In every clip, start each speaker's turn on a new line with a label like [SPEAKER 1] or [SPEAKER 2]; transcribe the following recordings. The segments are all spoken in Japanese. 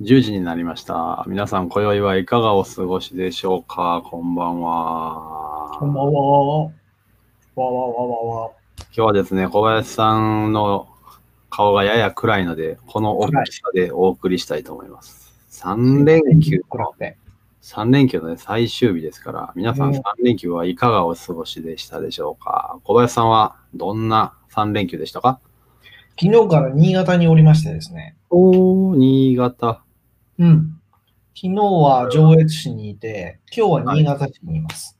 [SPEAKER 1] 10時になりました。皆さん、今宵はいかがお過ごしでしょうかこんばんは。
[SPEAKER 2] こんばんは。わわわわわ。
[SPEAKER 1] 今日はですね、小林さんの顔がやや暗いので、この大きさでお送りしたいと思います。3連休、
[SPEAKER 2] こらって。
[SPEAKER 1] 3連休の、ね、最終日ですから、皆さん
[SPEAKER 2] うん
[SPEAKER 1] 3連休はいかがお過ごしでしたでしょうか小林さんはどんな3連休でしたか
[SPEAKER 2] 昨日から新潟におりましてですね。
[SPEAKER 1] おー、新潟。
[SPEAKER 2] うん。昨日は上越市にいて、今日は新潟市にいます。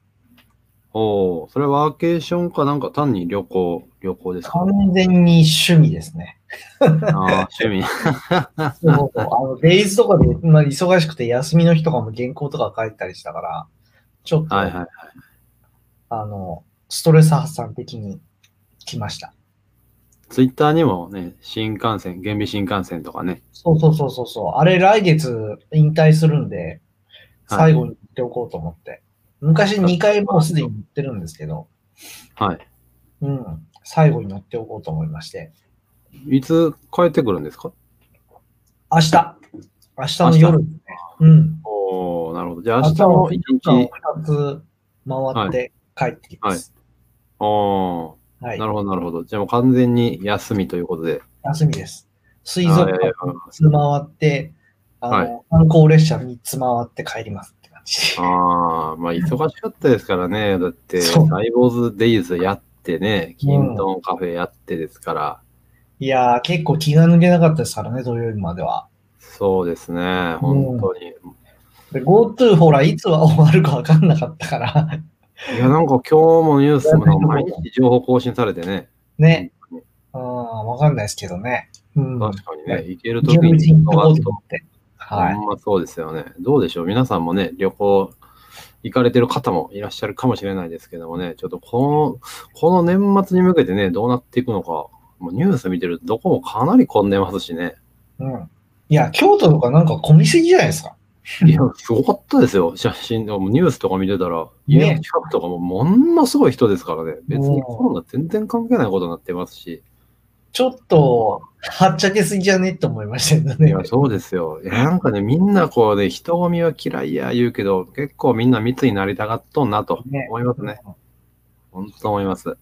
[SPEAKER 1] おー、それはワーケーションかなんか単に旅行、旅行ですか
[SPEAKER 2] 完全に趣味で すね。
[SPEAKER 1] ああ、趣味。
[SPEAKER 2] そうそうあの、デイズとかで、まあ、忙しくて休みの日とかも原稿とか書いたりしたから、ちょっと、
[SPEAKER 1] はいはい。
[SPEAKER 2] あの、ストレス発散的に来ました。
[SPEAKER 1] ツイッターにもね、新幹線、原備新幹線とかね、
[SPEAKER 2] そうそうそうそうそう。あれ来月引退するんで、
[SPEAKER 1] はい
[SPEAKER 2] 最後に言っておこうと思って。昔2回もうすでに言ってるんですけど、
[SPEAKER 1] はい。
[SPEAKER 2] うん。最後に乗っておこうと思いまして。
[SPEAKER 1] いつ帰ってくるんですか
[SPEAKER 2] 明日明日の夜ですね。うん。
[SPEAKER 1] おおなるほど。じゃあ明日も一
[SPEAKER 2] 2
[SPEAKER 1] 日、
[SPEAKER 2] つ回って帰ってきます。
[SPEAKER 1] おお
[SPEAKER 2] は
[SPEAKER 1] ー
[SPEAKER 2] い。
[SPEAKER 1] なるほどなるほど。じゃあもう完全に休みということで。
[SPEAKER 2] 休みです。水
[SPEAKER 1] あ
[SPEAKER 2] 族
[SPEAKER 1] ーいやい
[SPEAKER 2] 館
[SPEAKER 1] や
[SPEAKER 2] 3つ回って、あの、観光列車3つ回って帰りますって感じ。
[SPEAKER 1] ああ、まあ忙しかったですからね。だって、
[SPEAKER 2] そう
[SPEAKER 1] ライボーズデイズやってね、キントンカフェやってですから、
[SPEAKER 2] いやー、結構気が抜けなかったですからね、土曜日までは。
[SPEAKER 1] そうですね、本当に。
[SPEAKER 2] で、GoTo ほら、いつは終わるか分かんなかったから、
[SPEAKER 1] いや、なんか今日もニュースもなんか毎日情報更新されてね、
[SPEAKER 2] ね。うん、分かんないですけどね。うん。
[SPEAKER 1] 確かに
[SPEAKER 2] は
[SPEAKER 1] ね、行けるとき
[SPEAKER 2] 行けるうち
[SPEAKER 1] に
[SPEAKER 2] に
[SPEAKER 1] 行
[SPEAKER 2] 行
[SPEAKER 1] か
[SPEAKER 2] こ
[SPEAKER 1] な
[SPEAKER 2] う
[SPEAKER 1] い
[SPEAKER 2] と
[SPEAKER 1] と
[SPEAKER 2] 思って。はい。
[SPEAKER 1] ほんまそうですよね。どうでしょう皆さんもね、旅行行かれてる方もいらっしゃるかもしれないですけどもね、ちょっとこの、この年末に向けてね、どうなっていくのか、もうニュース見てるとどこもかなり混んでますし ね。
[SPEAKER 2] うん。いや、京都とかなんか混みすぎじゃないですか。
[SPEAKER 1] いや、すごかったですよ。写真、もうニュースとか見てたら、
[SPEAKER 2] ね
[SPEAKER 1] 家の近くとかもものすごい人ですからね、別にコロナ全然関係ないことになってますし。
[SPEAKER 2] ちょっと、はっちゃけすぎじゃねって思いましたよ
[SPEAKER 1] い
[SPEAKER 2] ね
[SPEAKER 1] や、。そうですよ。いや、なんかね、みんなこうね、人混みは嫌いや言うけど、結構みんな密になりたがっとんなと
[SPEAKER 2] ね
[SPEAKER 1] 思いますね。本当思います。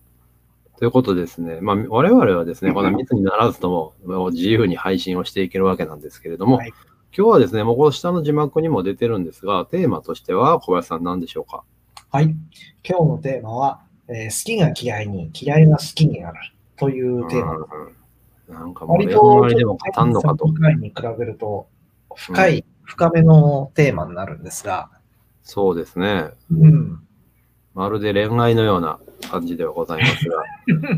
[SPEAKER 1] ということでですね、まあ、我々はですね、この密にならずとももう自由に配信をしていけるわけなんですけれども、
[SPEAKER 2] はい
[SPEAKER 1] 今日はですね、もうこの下の字幕にも出てるんですが、テーマとしては小林さん何でしょうか
[SPEAKER 2] はい。今日のテーマは、えー好きが嫌いに、嫌いが好きになるというテーマ。
[SPEAKER 1] うんなんかもう、
[SPEAKER 2] 割
[SPEAKER 1] 恋
[SPEAKER 2] と、ちょっ
[SPEAKER 1] 愛でも語んのかと。
[SPEAKER 2] 回に比べると、深い、深めのテーマになるんですが、
[SPEAKER 1] そうですね。
[SPEAKER 2] うん。
[SPEAKER 1] まるで恋愛のような感じではございますが。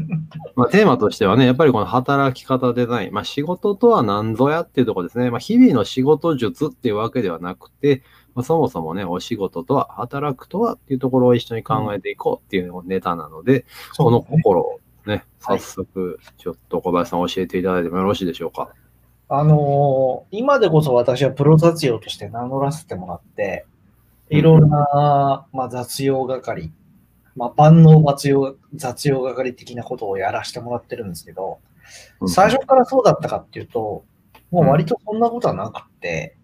[SPEAKER 1] まあ、テーマとしてはね、やっぱりこの働き方デザイン、まあ、仕事とは何ぞやっていうところですね。まあ、日々の仕事術っていうわけではなくて、まあ、そもそもね、お仕事とは、働くとはっていうところを一緒に考えていこうっていうのがネタなので、この心をね、早
[SPEAKER 2] はい
[SPEAKER 1] 速、ちょっと小林さん教えていただいてもよろしいでしょうか。
[SPEAKER 2] あのー今でこそ私はプロ雑用として名乗らせてもらって、
[SPEAKER 1] うん
[SPEAKER 2] いろんな、まあ、雑用係、まあ、万能雑用雑用係的なことをやらせてもらってるんですけど、
[SPEAKER 1] うん
[SPEAKER 2] 最初からそうだったかっていうと、もう割とそんなことはなくって、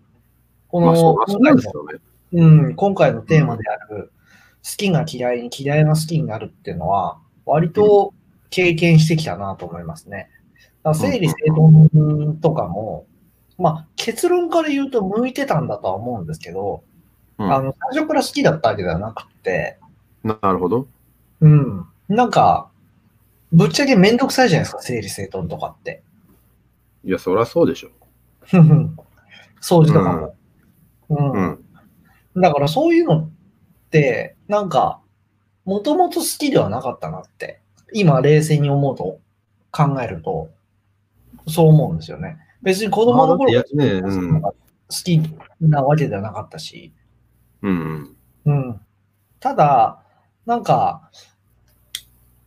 [SPEAKER 2] こ
[SPEAKER 1] まあ、
[SPEAKER 2] の
[SPEAKER 1] そう、そう
[SPEAKER 2] 今
[SPEAKER 1] な
[SPEAKER 2] 回
[SPEAKER 1] んです
[SPEAKER 2] の
[SPEAKER 1] よね。
[SPEAKER 2] うん、今回のテーマである、好きが嫌いに嫌いが好きになるっていうのは、割と経験してきたなと思いますね。だから整理整頓とかも、まあ結論から言うと向いてたんだとは思うんですけど、
[SPEAKER 1] うん
[SPEAKER 2] あの最初から好きだったわけではなくって、
[SPEAKER 1] なるほど。
[SPEAKER 2] うん、なんか、ぶっちゃけめんどくさいじゃないですか、整理整頓とかって。
[SPEAKER 1] いや、そりゃそうでしょ。
[SPEAKER 2] ふふん掃除とかも。うん
[SPEAKER 1] うん。
[SPEAKER 2] だからそういうのって、なんか、もともと好きではなかったなって、今冷静に思うと、考えると、そう思うんですよね。別に子供の頃
[SPEAKER 1] まあだってやねうん
[SPEAKER 2] 好きなわけではなかったし、
[SPEAKER 1] うんうん。
[SPEAKER 2] うん。ただ、なんか、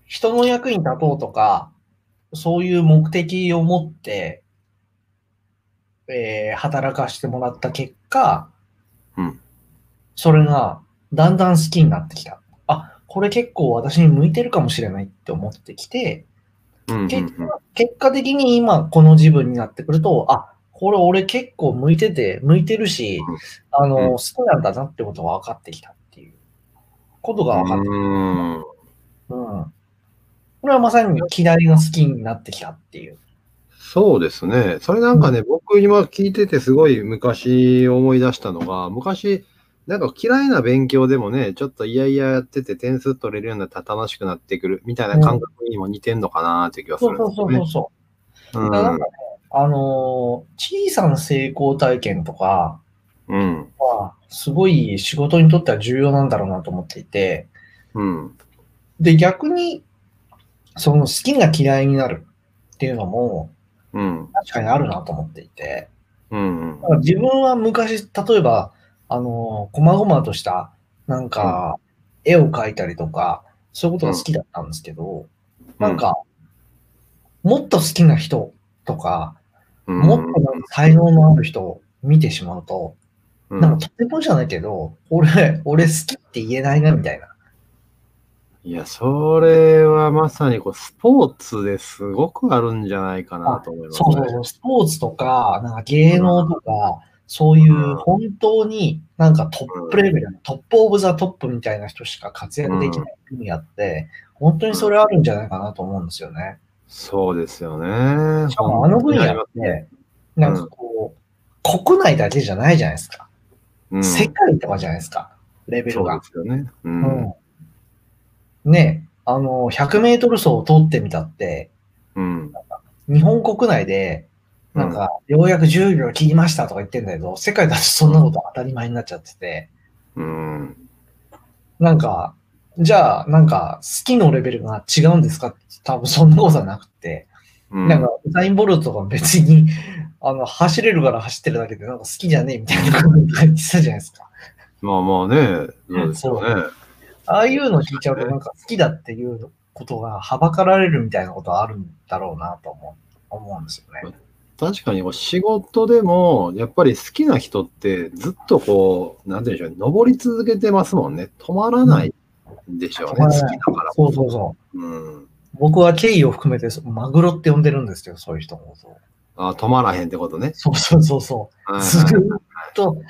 [SPEAKER 2] 人の役に立とうとか、そういう目的を持って、えー働かしてもらった結果、
[SPEAKER 1] うん
[SPEAKER 2] それがだんだん好きになってきた。あ、これ結構私に向いてるかもしれないって思ってきて、
[SPEAKER 1] うんうんうん
[SPEAKER 2] 結果結果的に今この自分になってくると、あ、これ俺結構向いてて、向いてるし
[SPEAKER 1] うん、
[SPEAKER 2] あの、
[SPEAKER 1] うん
[SPEAKER 2] 好きなんだなってことが分かってきたっていうことが分かってき
[SPEAKER 1] うーん。
[SPEAKER 2] た。うん。これはまさに嫌いが好きになってきたっていう。
[SPEAKER 1] そうですね。それなんかね、僕今聞いててすごい昔思い出したのが、昔、なんか嫌いな勉強でもね、ちょっといやいややってて点数取れるようになったら楽しくなってくるみたいな感覚にも似てんのかなっていう気がす
[SPEAKER 2] そ
[SPEAKER 1] るん
[SPEAKER 2] う
[SPEAKER 1] で
[SPEAKER 2] そう
[SPEAKER 1] すよ
[SPEAKER 2] そうそ
[SPEAKER 1] ね。
[SPEAKER 2] うそう。
[SPEAKER 1] うん
[SPEAKER 2] だからなんかね、あのー小さな成功体験とか
[SPEAKER 1] うん。
[SPEAKER 2] は、すごい仕事にとっては重要なんだろうなと思っていて、
[SPEAKER 1] うん。
[SPEAKER 2] で、逆に、その好きが嫌いになるっていうのも、
[SPEAKER 1] うん。
[SPEAKER 2] 確かにあるなと思っていて、
[SPEAKER 1] うん。
[SPEAKER 2] だから自分は昔、例えば、あのー、細々とした、なんか、絵を描いたりとか、そういうことが好きだったんですけど、なん、か、もっと好きな人とか、もっとなんか才能のある人を見てしまうと、
[SPEAKER 1] と
[SPEAKER 2] なんかとてもじゃないけど、俺、俺好きって言えないなみたいな。
[SPEAKER 1] いや、それはまさにこうスポーツですごくあるんじゃないかなと思います、ね。
[SPEAKER 2] そうそうそう、スポーツとか、なんか芸能とか、そういう本当になんかトップレベル、トップオブザトップみたいな人しか活躍できない分野って、本当にそれあるんじゃないかなと思うんですよね。
[SPEAKER 1] そうですよね。
[SPEAKER 2] しかもあの分
[SPEAKER 1] 本当にあ
[SPEAKER 2] 野
[SPEAKER 1] り
[SPEAKER 2] っ
[SPEAKER 1] ますね
[SPEAKER 2] て、なんかこう、国内だけじゃないじゃないですか。
[SPEAKER 1] うん
[SPEAKER 2] 世界とかじゃないですか、レベル
[SPEAKER 1] そう
[SPEAKER 2] が
[SPEAKER 1] で。すよね。うん。
[SPEAKER 2] うんねえ、あの、100メートル走を通ってみたって、
[SPEAKER 1] うん。
[SPEAKER 2] 日本国内で、なんか、ようやく10秒切りましたとか言ってんだけど、世界だとそんなこと当たり前になっちゃってて、
[SPEAKER 1] うん。
[SPEAKER 2] なんか、じゃあ、なんか、好きのレベルが違うんですかって多分そんなことはなくて、
[SPEAKER 1] うん。
[SPEAKER 2] なんか、ウサインボルトとか別に、 あの、走れるから走ってるだけで、なんか好きじゃねえみたいなこと言ってたじゃないですか。
[SPEAKER 1] まあまあね。そうですよね。
[SPEAKER 2] ああいうの聞いちゃうと、なんか好きだっていうことがはばかられるみたいなことはあるんだろうなと思う思うんですよね。
[SPEAKER 1] 確かにこう仕事でも、やっぱり好きな人ってずっとこう、なんて言うんでしょうね、登り続けてますもんね。止まらないんでしょうね。
[SPEAKER 2] う
[SPEAKER 1] 好
[SPEAKER 2] ん
[SPEAKER 1] きだから。
[SPEAKER 2] そうそうそう。
[SPEAKER 1] うん。
[SPEAKER 2] 僕は敬意を含めて、そマグロって呼んでるんですよ、そういう人のことを。
[SPEAKER 1] あ止まらへんってことね。
[SPEAKER 2] そうそうそうそ。
[SPEAKER 1] はいうはい
[SPEAKER 2] ずーっと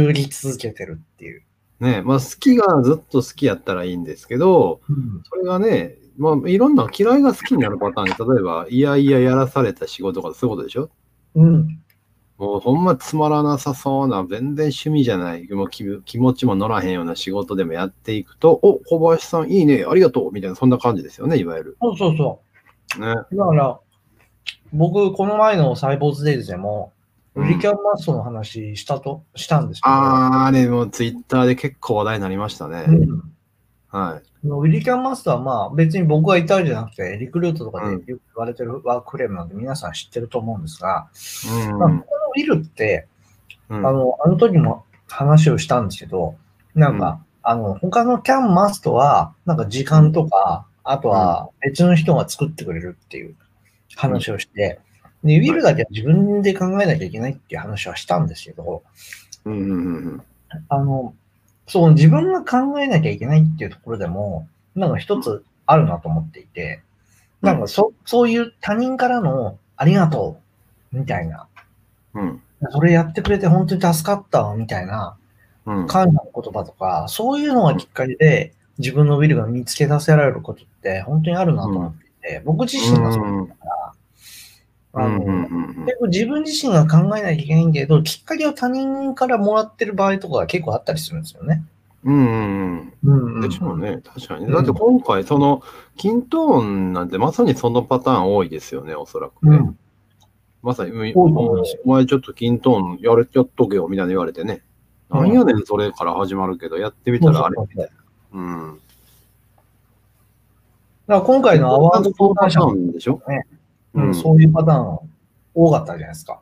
[SPEAKER 2] 泳ぎ続けてるっていう。
[SPEAKER 1] ねまあ好きがずっと好きやったらいいんですけど、それがね、まあいろんな嫌いが好きになるパターンで、例えば、いやいややらされた仕事とかそういうことでしょ
[SPEAKER 2] うん。
[SPEAKER 1] もうほんまつまらなさそうな、全然趣味じゃない、もう気気持ちも乗らへんような仕事でもやっていくと、お小林さんいいね、ありがとうみたいな、そんな感じですよね、いわゆる。
[SPEAKER 2] そうそうそ
[SPEAKER 1] ね。
[SPEAKER 2] う。だから、僕、この前のサイボーズデイズでも、
[SPEAKER 1] うん
[SPEAKER 2] リキャンマストの話したと、したんですけど、
[SPEAKER 1] あー、あれもツイッターで結構話題になりましたね。
[SPEAKER 2] うん、
[SPEAKER 1] はい。
[SPEAKER 2] ウィリキャンマスターはまあ別に僕がいたんじゃなくて、リクルートとかで
[SPEAKER 1] う
[SPEAKER 2] よ
[SPEAKER 1] ん
[SPEAKER 2] く言われてるワークフレームなんで皆さん知ってると思うんですが、
[SPEAKER 1] うん。
[SPEAKER 2] まあ、このウィルって、
[SPEAKER 1] うん
[SPEAKER 2] あの、あの時も話をしたんですけど、なんか、あの、他のキャンマストは、なんか時間とか、あとは別の人が作ってくれるっていう話をして、で、ウィルだけは自分で考えなきゃいけないっていう話はしたんですけど、
[SPEAKER 1] うんうんうん
[SPEAKER 2] あの、そう、自分が考えなきゃいけないっていうところでも、なんか一つあるなと思っていて、なんかそ、そういう他人からのありがとう、みたいな、
[SPEAKER 1] うん。
[SPEAKER 2] それやってくれて本当に助かったわ、みたいな、
[SPEAKER 1] うん。
[SPEAKER 2] 感謝の言葉とか、そういうのがきっかけで、自分のウィルが見つけ出せられることって本当にあるなと思っていて、僕自身がそう
[SPEAKER 1] うんう
[SPEAKER 2] あの
[SPEAKER 1] んうんうん
[SPEAKER 2] 結構自分自身が考えなきゃいけないんだけど、きっかけを他人からもらってる場合とかが結構あったりするんですよね。
[SPEAKER 1] うんうんうん。
[SPEAKER 2] うん
[SPEAKER 1] でしょうね、確かに
[SPEAKER 2] う
[SPEAKER 1] ね。
[SPEAKER 2] ん
[SPEAKER 1] だって今回、その、キントーンなんてまさにそのパターン多いですよね、おそらく
[SPEAKER 2] う
[SPEAKER 1] ね。
[SPEAKER 2] ん。
[SPEAKER 1] まさに、うん
[SPEAKER 2] 多いと思いますよ
[SPEAKER 1] お前ちょっとキントーンやれやっとけよみたいな言われてね。
[SPEAKER 2] うん
[SPEAKER 1] なんやねん、それから始まるけど、やってみたらあれみたいな。うん。
[SPEAKER 2] だから今回のアワード
[SPEAKER 1] そういう
[SPEAKER 2] 交
[SPEAKER 1] パ
[SPEAKER 2] 換
[SPEAKER 1] タ
[SPEAKER 2] 者
[SPEAKER 1] ー
[SPEAKER 2] も、
[SPEAKER 1] ンでしょ
[SPEAKER 2] ね
[SPEAKER 1] う
[SPEAKER 2] うん
[SPEAKER 1] ん、
[SPEAKER 2] そういうパターン多かったじゃないですか。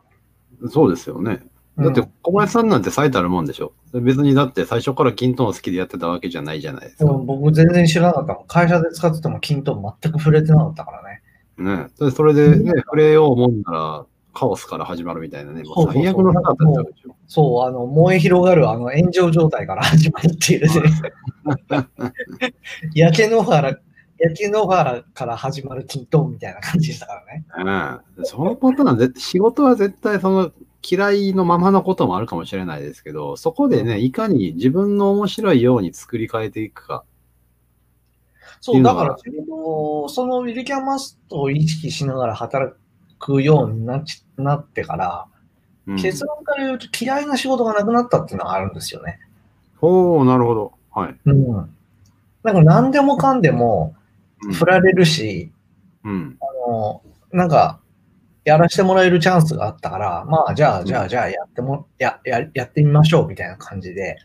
[SPEAKER 1] そうですよね。だって
[SPEAKER 2] うん、
[SPEAKER 1] 小林さんなんて最たるもんでしょ。別にだって最初からキントーン好きでやってたわけじゃないじゃないですか。
[SPEAKER 2] うん僕全然知らなかったもん。会社で使ってても均等全く触れてなかったからね。
[SPEAKER 1] ね。でそれでね、触れようもんなら、カオスから始まるみたいなね。も
[SPEAKER 2] そう
[SPEAKER 1] う
[SPEAKER 2] そうそう
[SPEAKER 1] 最悪の中だったわけでしょ。
[SPEAKER 2] そう、あの、燃え広がるあの炎上状態から始まるっていうね。焼け野原、焼け野原から始まる均等みたいな感じでしたからね。
[SPEAKER 1] うんそのパターンは絶、仕事は絶対その嫌いのままのこともあるかもしれないですけど、そこでね、いかに自分の面白いように作り変えていくか。
[SPEAKER 2] そう、だから、その、そのウィルキャンマストを意識しながら働くようになっちなってから、
[SPEAKER 1] うん、
[SPEAKER 2] 結論から言うと嫌いな仕事がなくなったっていうのはあるんですよね。
[SPEAKER 1] おー、なるほど。はい。
[SPEAKER 2] うん。なんか何でもかんでも
[SPEAKER 1] うん
[SPEAKER 2] 振られるし、
[SPEAKER 1] うん。
[SPEAKER 2] あの、なんか、やらせてもらえるチャンスがあったから、まあ、じゃあ、じゃあ、じゃあ、やっても、や、や、やってみましょうみたいな感じで、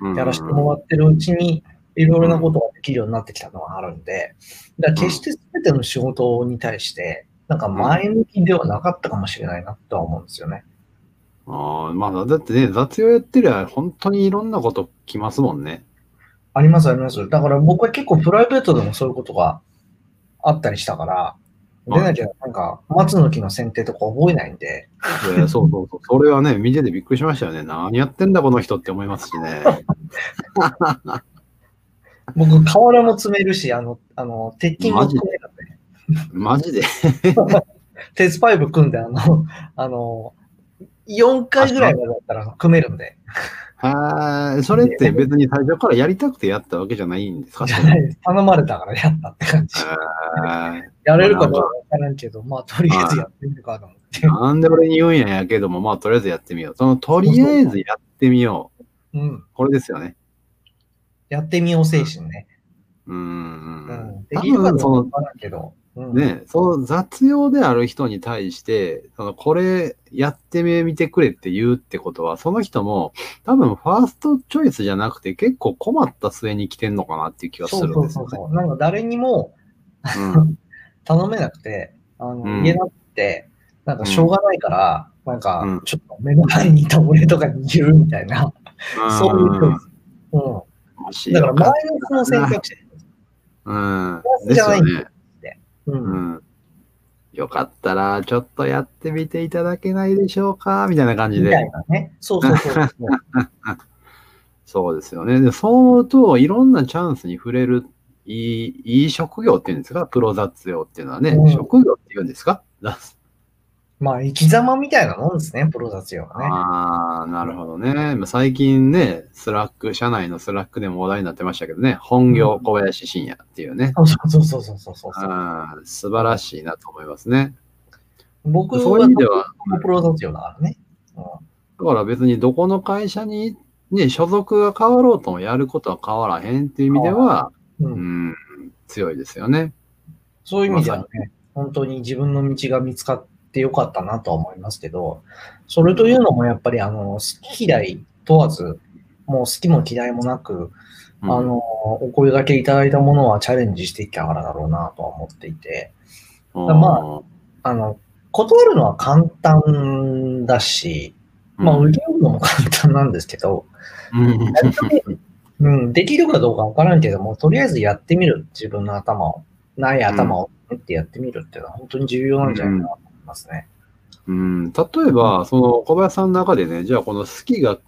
[SPEAKER 1] うん
[SPEAKER 2] やらせてもらってるうちに、いろいろなことができるようになってきたのはあるんで、だから決して全ての仕事に対して、なんか前向きではなかったかもしれないなとは思うんですよね。
[SPEAKER 1] ああ、まあ、だってね、雑用やってりゃ、本当にいろんなこと来ますもんね。
[SPEAKER 2] ありますあります。だから僕は結構プライベートでもそういうことがあったりしたから、
[SPEAKER 1] はい
[SPEAKER 2] でなきゃなんか松の木の剪定とか覚えないんで、
[SPEAKER 1] い やそうそうそう。それはね、見ててびっくりしましたよね。何やってんだ、この人って思いますし ね。
[SPEAKER 2] 僕瓦も詰めるし、あの、あの、鉄筋も詰めるんで、
[SPEAKER 1] マジで。
[SPEAKER 2] 鉄パイプ組んで、あの、あの、4回ぐらいまでだったら組めるんで。
[SPEAKER 1] はい。それって別に最初からやりたくてやったわけじゃないんですか
[SPEAKER 2] じゃないです。頼まれたからやったって 感じ。
[SPEAKER 1] はい
[SPEAKER 2] やれるかどうかわからんけど、まあ、とりあえずやってみるかと思っ て。
[SPEAKER 1] なんで俺に言うんややけども、まあ、とりあえずやってみよう。その、とりあえずやってみよう。
[SPEAKER 2] うん。
[SPEAKER 1] これですよね。
[SPEAKER 2] やってみよう精神ね。
[SPEAKER 1] うーん。
[SPEAKER 2] うん。で
[SPEAKER 1] 多
[SPEAKER 2] きるか
[SPEAKER 1] 分
[SPEAKER 2] ど
[SPEAKER 1] そうの
[SPEAKER 2] かわからんけど。うん。
[SPEAKER 1] ね、その雑用である人に対して、そのこれやってみてくれって言うってことは、その人も多分ファーストチョイスじゃなくて結構困った末に来てんのかなっていう気がす
[SPEAKER 2] そ
[SPEAKER 1] る
[SPEAKER 2] うんそう
[SPEAKER 1] ですよね。
[SPEAKER 2] そうそう。なんか誰にも
[SPEAKER 1] うん
[SPEAKER 2] 頼めなくて、あの、
[SPEAKER 1] うん
[SPEAKER 2] 言えなくて、なんかしょうがないから、なんか
[SPEAKER 1] うん、
[SPEAKER 2] ちょっと目の前にいた俺とかに言うみたいな、そういうチョイス。う
[SPEAKER 1] もし
[SPEAKER 2] ん。だ
[SPEAKER 1] よ
[SPEAKER 2] から、
[SPEAKER 1] かっ
[SPEAKER 2] マイナスの選択肢。
[SPEAKER 1] うん。
[SPEAKER 2] プラス
[SPEAKER 1] です
[SPEAKER 2] じゃない
[SPEAKER 1] よ
[SPEAKER 2] ん
[SPEAKER 1] ね。
[SPEAKER 2] う。
[SPEAKER 1] うんん。よかったら、ちょっとやってみていただけないでしょうかみたいな感じ
[SPEAKER 2] みたい
[SPEAKER 1] で。
[SPEAKER 2] なね。そうそうそうそう。
[SPEAKER 1] そうですよね。で、そう思うと、いろんなチャンスに触れる、いい、いい職業っていうんですかプロ雑用っていうのはね、
[SPEAKER 2] うん
[SPEAKER 1] 職業っていうんですか雑
[SPEAKER 2] まあ、生き様みたいなもんですね、プロ雑用はね。
[SPEAKER 1] ああ、なるほどね。まあ最近ね、スラック、社内のスラックでも話題になってましたけどね、本業小林信也っていうね、
[SPEAKER 2] そうそうそうそうそうそう。
[SPEAKER 1] あー素晴らしいなと思いますね。
[SPEAKER 2] 僕
[SPEAKER 1] そういう意味では、
[SPEAKER 2] 僕もプロ雑用だからね。うん
[SPEAKER 1] だから別にどこの会社に、ね、所属が変わろうともやることは変わらへんっていう意味では、
[SPEAKER 2] う
[SPEAKER 1] うんん、強いですよね。
[SPEAKER 2] そういう意味ではね、本当に自分の道が見つかってよかったなとは思いますけど、それというのもやっぱりあの、好き嫌い問わず、もう好きも嫌いもなく、
[SPEAKER 1] うん
[SPEAKER 2] あの、お声掛けいただいたものはチャレンジしてきたからだろうなとは思っていて、まあの、断るのは簡単だし、
[SPEAKER 1] うん
[SPEAKER 2] まあ、受けるのも簡単なんですけど、
[SPEAKER 1] うん
[SPEAKER 2] やってみるうん、できるかどうかわからんけども、とりあえずやってみる。自分の頭を、ない頭を持ってやってみるっていうのは本当に重要なんじゃないかなと思いますね。
[SPEAKER 1] うん、例えば、その小林さんの中でね、じゃあこの好きが、好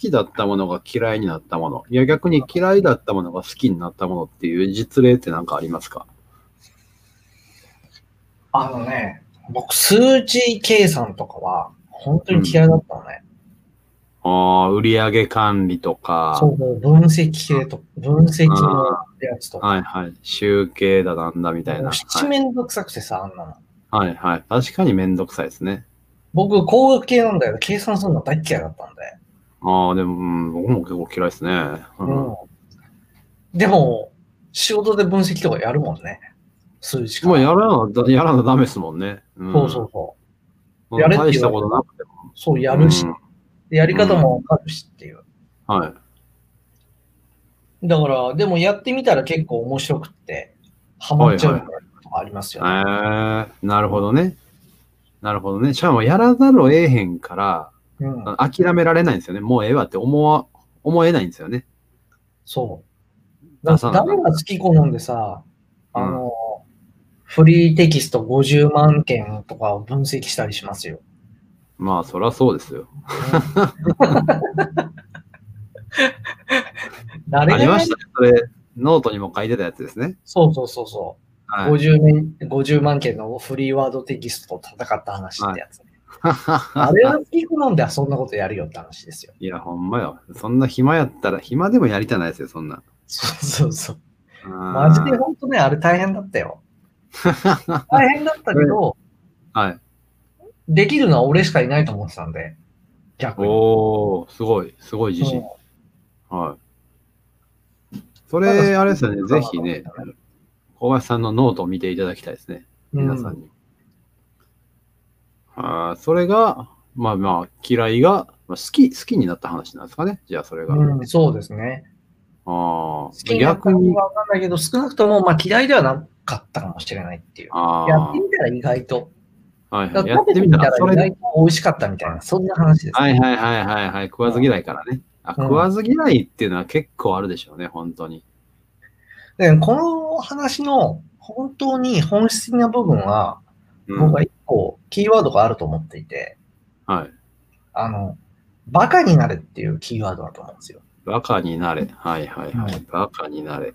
[SPEAKER 1] きだったものが嫌いになったもの、いや逆に嫌いだったものが好きになったものっていう実例って何かありますか
[SPEAKER 2] あのね、僕、数値計算とかは、本当に嫌いだったのね。
[SPEAKER 1] ああ、売上管理とか、
[SPEAKER 2] そう、もう分析系と、分析のやつとか。
[SPEAKER 1] はいはい、集計だなんだみたい
[SPEAKER 2] も
[SPEAKER 1] な。
[SPEAKER 2] う七面倒くさくてさ、あんなの。
[SPEAKER 1] はい、はいはい、確かにめんどくさいですね。
[SPEAKER 2] 僕、工学系なんだけど、計算するの大っ嫌いだったんで。
[SPEAKER 1] ああ、でも、うん僕も結構嫌いですね。うん
[SPEAKER 2] うん。でも、仕事で分析とかやるもんね。数値化。
[SPEAKER 1] もうやらな、やらなダメですもんね。うん
[SPEAKER 2] そうそうそう。
[SPEAKER 1] うん
[SPEAKER 2] やれって言われ
[SPEAKER 1] 大したことなくても。
[SPEAKER 2] そう、やるし
[SPEAKER 1] うん、
[SPEAKER 2] やり方もわかるしっていう。
[SPEAKER 1] はい。
[SPEAKER 2] だから、でもやってみたら結構面白くって、ハマっちゃうとかありますよね。
[SPEAKER 1] ええなるほどね。なるほどね。しかもやらざるを得へんから、
[SPEAKER 2] うん、
[SPEAKER 1] あ諦められないんですよね。もうええわって思わ、思えないんですよね。
[SPEAKER 2] そう。だ
[SPEAKER 1] 出さなかった
[SPEAKER 2] 誰が好き好んでさ、あの、フリーテキスト50万件とかを分析したりしますよ。
[SPEAKER 1] まあ、そりゃそうですよ。あ
[SPEAKER 2] 誰が
[SPEAKER 1] りましたね。それ、ノートにも書いてたやつですね。
[SPEAKER 2] そうそうそうそう。
[SPEAKER 1] はい。
[SPEAKER 2] 50, 年50万件のフリーワードテキストと戦った話ってやつね。あれは好き好んでそんなことやるよって話ですよ。
[SPEAKER 1] いや、ほんまよ。そんな暇やったら、暇でもやりたないですよ、そんな。
[SPEAKER 2] そうそうそう。
[SPEAKER 1] マ
[SPEAKER 2] マジ で本当ね、あれ大変だったよ。大変だったけど、
[SPEAKER 1] はい。
[SPEAKER 2] できるのは俺しかいないと思ってたんで、逆に。
[SPEAKER 1] おおすごい、すごい自信。
[SPEAKER 2] そ
[SPEAKER 1] はい。そ
[SPEAKER 2] た
[SPEAKER 1] れ、
[SPEAKER 2] だ
[SPEAKER 1] あれですよね、ぜひね
[SPEAKER 2] そうなん、
[SPEAKER 1] 小林さんのノートを見ていただきたいですね、
[SPEAKER 2] う
[SPEAKER 1] 皆さんに。ああ、それが、まあまあ、嫌いが、まあ、好き、好きになった話なんですかね、じゃあそれが。あ
[SPEAKER 2] うん、そうですね。
[SPEAKER 1] あ
[SPEAKER 2] 好きに、なった
[SPEAKER 1] 逆
[SPEAKER 2] の
[SPEAKER 1] に、
[SPEAKER 2] かわかんないけど、少なくとも、まあ、嫌いではなかったかもしれないっていう。
[SPEAKER 1] あ
[SPEAKER 2] やって
[SPEAKER 1] あ
[SPEAKER 2] みたら意外と。
[SPEAKER 1] はい
[SPEAKER 2] だ
[SPEAKER 1] はい、
[SPEAKER 2] から
[SPEAKER 1] やっ
[SPEAKER 2] 食べ
[SPEAKER 1] て
[SPEAKER 2] て
[SPEAKER 1] み
[SPEAKER 2] み
[SPEAKER 1] た
[SPEAKER 2] たら
[SPEAKER 1] ら、そ
[SPEAKER 2] 意
[SPEAKER 1] れ、
[SPEAKER 2] 外と美味しかったみたいな、そんな話です。
[SPEAKER 1] はいはいはいはいはい、食わず嫌いからね。あ食わず嫌いっていうのは結構あるでしょうね、本当に。
[SPEAKER 2] でこの話の本当に本質的な部分は、
[SPEAKER 1] うん
[SPEAKER 2] 僕は一個キーワードがあると思っていて、
[SPEAKER 1] はい。
[SPEAKER 2] あの、バカになれっていうキーワードだと思うんですよ。
[SPEAKER 1] バカになれ。はいはいは。
[SPEAKER 2] はい
[SPEAKER 1] バカになれ。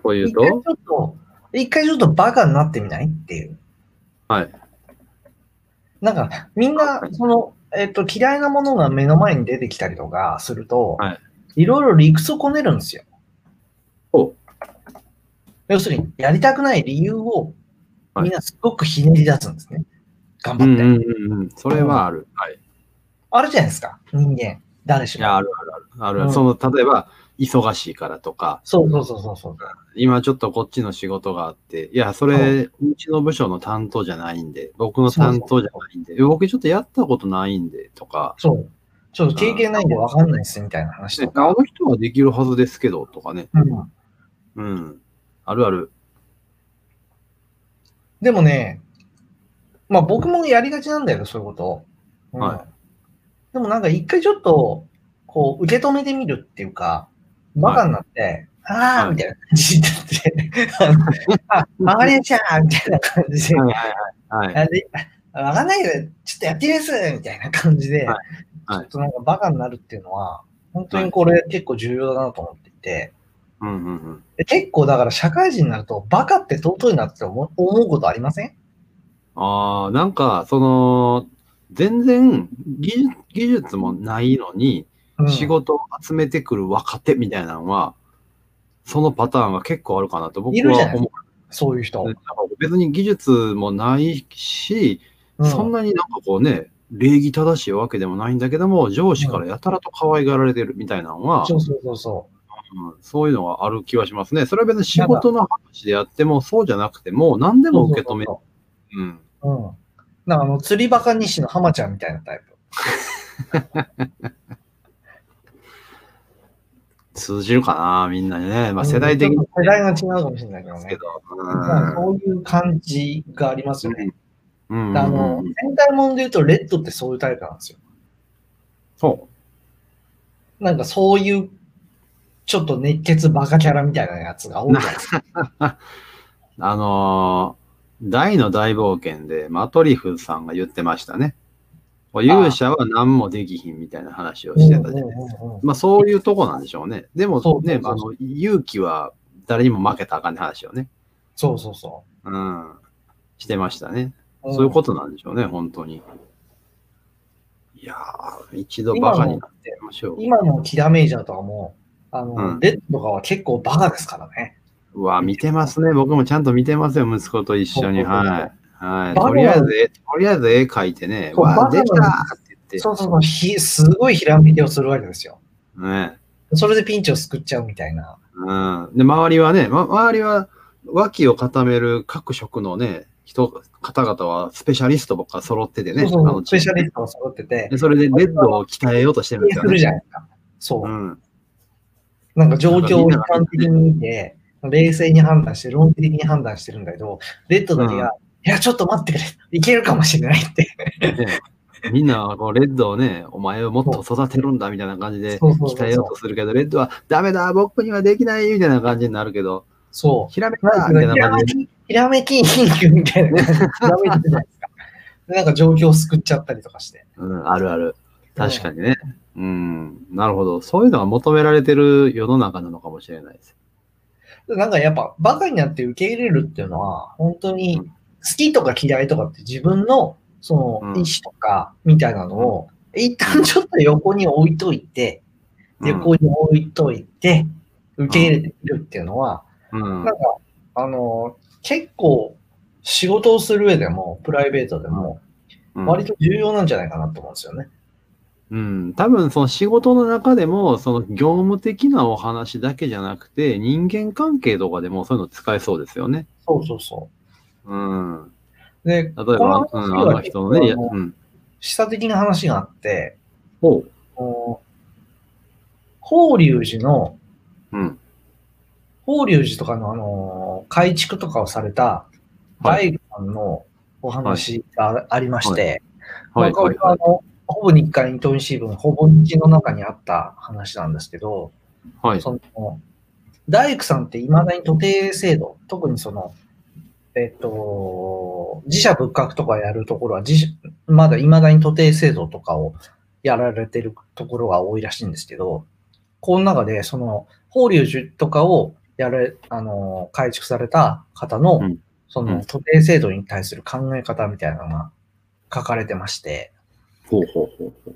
[SPEAKER 1] という
[SPEAKER 2] 一回ち
[SPEAKER 1] と
[SPEAKER 2] ょっと、一回ちょっとバカになってみないっていう。
[SPEAKER 1] はい。
[SPEAKER 2] なんか、みんな、その、えっと、嫌いなものが目の前に出てきたりとかすると、、
[SPEAKER 1] はい
[SPEAKER 2] ろいろ理屈をこねるんですよ。
[SPEAKER 1] お
[SPEAKER 2] 要するに、やりたくない理由を、
[SPEAKER 1] はい
[SPEAKER 2] みんなすごくひねり出すんですね。頑
[SPEAKER 1] う
[SPEAKER 2] 張っ
[SPEAKER 1] ん
[SPEAKER 2] て。
[SPEAKER 1] うんうんうん。それはある。はい。
[SPEAKER 2] あるじゃないですか、人間。誰し
[SPEAKER 1] いや、
[SPEAKER 2] も。
[SPEAKER 1] あるあるある。ある、
[SPEAKER 2] うん
[SPEAKER 1] その、例えば、忙しいからとか、
[SPEAKER 2] そうそうそうそうそう。
[SPEAKER 1] 今ちょっとこっちの仕事があって、いや、それ、うちの部署の担当じゃないんで、僕の担当じゃないんで、僕ちょっとやったことないんで、とか、
[SPEAKER 2] そう。ちょっと経験ないんでわかんないっす、みたいな話
[SPEAKER 1] ね
[SPEAKER 2] と
[SPEAKER 1] あ
[SPEAKER 2] か。
[SPEAKER 1] の人はできるはずですけど、とかね。
[SPEAKER 2] うん
[SPEAKER 1] うん。あるある。
[SPEAKER 2] でもね、まあ僕もやりがちなんだよね、そういうこと。うん
[SPEAKER 1] は
[SPEAKER 2] でもなんか一回ちょっと、こう、受け止めてみるっていうか、バカになって、あ
[SPEAKER 1] は
[SPEAKER 2] あ
[SPEAKER 1] い
[SPEAKER 2] みたいな感じになって、 あの、あ、わかりましたみたいな感じで、
[SPEAKER 1] はいはいはい。はい。
[SPEAKER 2] あであわかんないけど、ちょっとやってみますみたいな感じで、
[SPEAKER 1] はいはい
[SPEAKER 2] ちょっとなんかバカになるっていうのは、本当にこれ結構重要だなと思っていて、
[SPEAKER 1] うんうんうん。
[SPEAKER 2] で結構だから社会人になると、バカって尊いなって思う思うことありません
[SPEAKER 1] ああ、なんか、その、全然技術技術もないのに、
[SPEAKER 2] うん
[SPEAKER 1] 仕事を集めてくる若手みたいなのは、そのパターンは結構あるかなと僕
[SPEAKER 2] いるじゃな
[SPEAKER 1] はい思
[SPEAKER 2] そういう人。
[SPEAKER 1] う。別に技術もないし、
[SPEAKER 2] うん
[SPEAKER 1] そんなになんかこうね、礼儀正しいわけでもないんだけども、上司からやたらと可愛がられてるみたいなのは、
[SPEAKER 2] そうそうそうそ
[SPEAKER 1] うんそういうのはある気はしますね。それは別に仕事の話でやっても、そうじゃなくても、何で
[SPEAKER 2] う。
[SPEAKER 1] も受け止める。
[SPEAKER 2] そう
[SPEAKER 1] うん
[SPEAKER 2] そうそう。うん。なんかあの、釣りバカ西の浜ちゃんみたいなタイプ。
[SPEAKER 1] 通じるかな、みんなにね。まあ、世代的
[SPEAKER 2] う
[SPEAKER 1] に
[SPEAKER 2] んちょっと世代が違うかもしれないけど
[SPEAKER 1] ですけ
[SPEAKER 2] ね。
[SPEAKER 1] ど。
[SPEAKER 2] まあそういう感じがありますよね。
[SPEAKER 1] うん。うん
[SPEAKER 2] あの、戦隊もんで言うと、レッドってそういうタイプなんですよ。
[SPEAKER 1] そ
[SPEAKER 2] なんかそういう、ちょっと熱血バカキャラみたいなやつが多いじゃないですか。
[SPEAKER 1] う。あのー大の大冒険でマトリフさんが言ってましたね。勇者は何もできひんみたいな話をしてたじゃないですか。
[SPEAKER 2] うんうんうんうん
[SPEAKER 1] まあそういうとこなんでしょうね。でも
[SPEAKER 2] そう
[SPEAKER 1] ね、
[SPEAKER 2] そ
[SPEAKER 1] あ
[SPEAKER 2] うそ
[SPEAKER 1] の勇気は誰にも負けたらあかんって話をね。
[SPEAKER 2] そうそうそ
[SPEAKER 1] うん。してましたね。
[SPEAKER 2] う。ん
[SPEAKER 1] そういうことなんでしょうね、本当に。いやー、一度バカになってみましょう。
[SPEAKER 2] 今のキラメイジャーとかも、あの、
[SPEAKER 1] うん
[SPEAKER 2] レッドとかは結構バカですからね。
[SPEAKER 1] うわ、見てますね。僕もちゃんと見てますよ、息子と一緒に。
[SPEAKER 2] そうそうそう
[SPEAKER 1] はい。はい、
[SPEAKER 2] バカな
[SPEAKER 1] とりあえず絵、とりあえず絵描いてね、
[SPEAKER 2] そうバ
[SPEAKER 1] わ、
[SPEAKER 2] カな
[SPEAKER 1] できたーって言って、
[SPEAKER 2] そうそうそうひ、すごいひらめきをするわけですよ。
[SPEAKER 1] ね
[SPEAKER 2] それでピンチを救っちゃうみたいな。
[SPEAKER 1] うん。で、周りはね、ま、周りは脇を固める各職のね、人、方々はスペシャリストばっか揃っててね、
[SPEAKER 2] そうそうそ
[SPEAKER 1] あの
[SPEAKER 2] うスペシャリストが揃ってて、
[SPEAKER 1] でそれでレッドを鍛えようとしてるんですよ
[SPEAKER 2] する
[SPEAKER 1] ね。
[SPEAKER 2] じゃないですか。そうう。
[SPEAKER 1] ん。
[SPEAKER 2] なんか状況を一般的に見て、冷静に判断して、論理的に判断してるんだけど、レッドだけ
[SPEAKER 1] うん
[SPEAKER 2] が、いや、ちょっと待ってくれ。いけるかもしれないって。
[SPEAKER 1] ねみんなはこうレッドをね、お前をもっと育てるんだみたいな感じで
[SPEAKER 2] そうそうそう
[SPEAKER 1] 鍛えようとするけど、レッドはダメだ、僕にはできないみたいな感じになるけど、
[SPEAKER 2] そう。
[SPEAKER 1] ひらめき
[SPEAKER 2] な
[SPEAKER 1] だ
[SPEAKER 2] ん
[SPEAKER 1] み
[SPEAKER 2] か
[SPEAKER 1] たいな
[SPEAKER 2] ひら
[SPEAKER 1] 感
[SPEAKER 2] め
[SPEAKER 1] じで
[SPEAKER 2] き、ひらめき、ひみたいな感 じでひらめいてるじゃないですか。でなんか状況を救っちゃったりとかして。
[SPEAKER 1] うん、あるある。確かにね。うん、なるほど。そういうのが求められてる世の中なのかもしれないです。
[SPEAKER 2] なんかやっぱバカになって受け入れるっていうのは、本当に好きとか嫌いとかって自分のそ
[SPEAKER 1] うん
[SPEAKER 2] の、意思とか、みたいなのを、一旦ちょっと横に置いといて、横に置いといて、受け入れてみるっていうのは、
[SPEAKER 1] うん。
[SPEAKER 2] なんか、あの、結構、仕事をする上でも、プライベートでも、
[SPEAKER 1] うん
[SPEAKER 2] 割と重要なんじゃないかなと思うんですよね。
[SPEAKER 1] うん、多分その仕事の中でも、その業務的なお話だけじゃなくて、人間関係とかでもそういうの使えそうですよね。
[SPEAKER 2] そうそうそ
[SPEAKER 1] うん。
[SPEAKER 2] う。で、
[SPEAKER 1] 例え
[SPEAKER 2] こ
[SPEAKER 1] ば
[SPEAKER 2] の、
[SPEAKER 1] うん、あ
[SPEAKER 2] 話
[SPEAKER 1] の
[SPEAKER 2] は
[SPEAKER 1] 人のね、いや
[SPEAKER 2] あの
[SPEAKER 1] うん。
[SPEAKER 2] 示唆的な話があって、
[SPEAKER 1] おう。
[SPEAKER 2] こう法隆寺の、
[SPEAKER 1] うん。
[SPEAKER 2] 法隆寺とかのあの、改築とかをされた
[SPEAKER 1] はい。
[SPEAKER 2] 大悟さんのお話がありまして、
[SPEAKER 1] はい。
[SPEAKER 2] まあこ
[SPEAKER 1] は
[SPEAKER 2] れ
[SPEAKER 1] い。
[SPEAKER 2] は
[SPEAKER 1] は
[SPEAKER 2] あ
[SPEAKER 1] い。
[SPEAKER 2] の、ほぼ日刊東新聞、ほぼ日の中にあった話なんですけど、
[SPEAKER 1] はい。
[SPEAKER 2] その、大工さんって未だに徒弟制度、特にその、えっと、自社仏閣とかやるところは、自社まだ未だに徒弟制度とかをやられてるところが多いらしいんですけど、この中で、その、法隆寺とかをやる、あの、改築された方の、
[SPEAKER 1] うん
[SPEAKER 2] そうの、
[SPEAKER 1] ん
[SPEAKER 2] 徒弟制度に対する考え方みたいなのが書かれてまして、
[SPEAKER 1] ほうほうほうほう。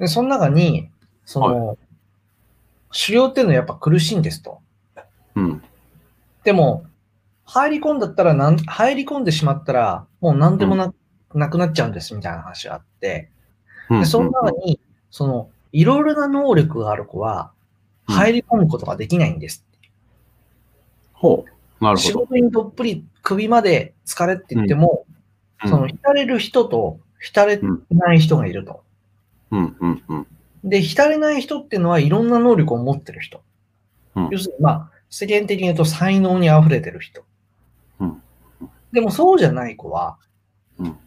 [SPEAKER 2] で、その中に、その、狩猟っていうのはやっぱ苦しいんですと。
[SPEAKER 1] うん。
[SPEAKER 2] でも、入り込んだったらなん、入り込んでしまったら、もう何でもな,、なくなっちゃうんですみたいな話があって、
[SPEAKER 1] うん
[SPEAKER 2] で、その中に、その、いろいろな能力がある子は、
[SPEAKER 1] うん
[SPEAKER 2] 入り込むことができないんです。
[SPEAKER 1] ほう。なるほ
[SPEAKER 2] 仕
[SPEAKER 1] ど。
[SPEAKER 2] 事にどっぷり首まで疲れって言っても、
[SPEAKER 1] うん
[SPEAKER 2] その、浸れる人と、浸れない人がいると。
[SPEAKER 1] うん。うん。うん。
[SPEAKER 2] で、浸れない人っていうのはいろんな能力を持ってる人。
[SPEAKER 1] うん
[SPEAKER 2] 要するに、まあ、世間的に言うと才能に溢れてる人。
[SPEAKER 1] うん
[SPEAKER 2] でもそうじゃない子は、
[SPEAKER 1] うん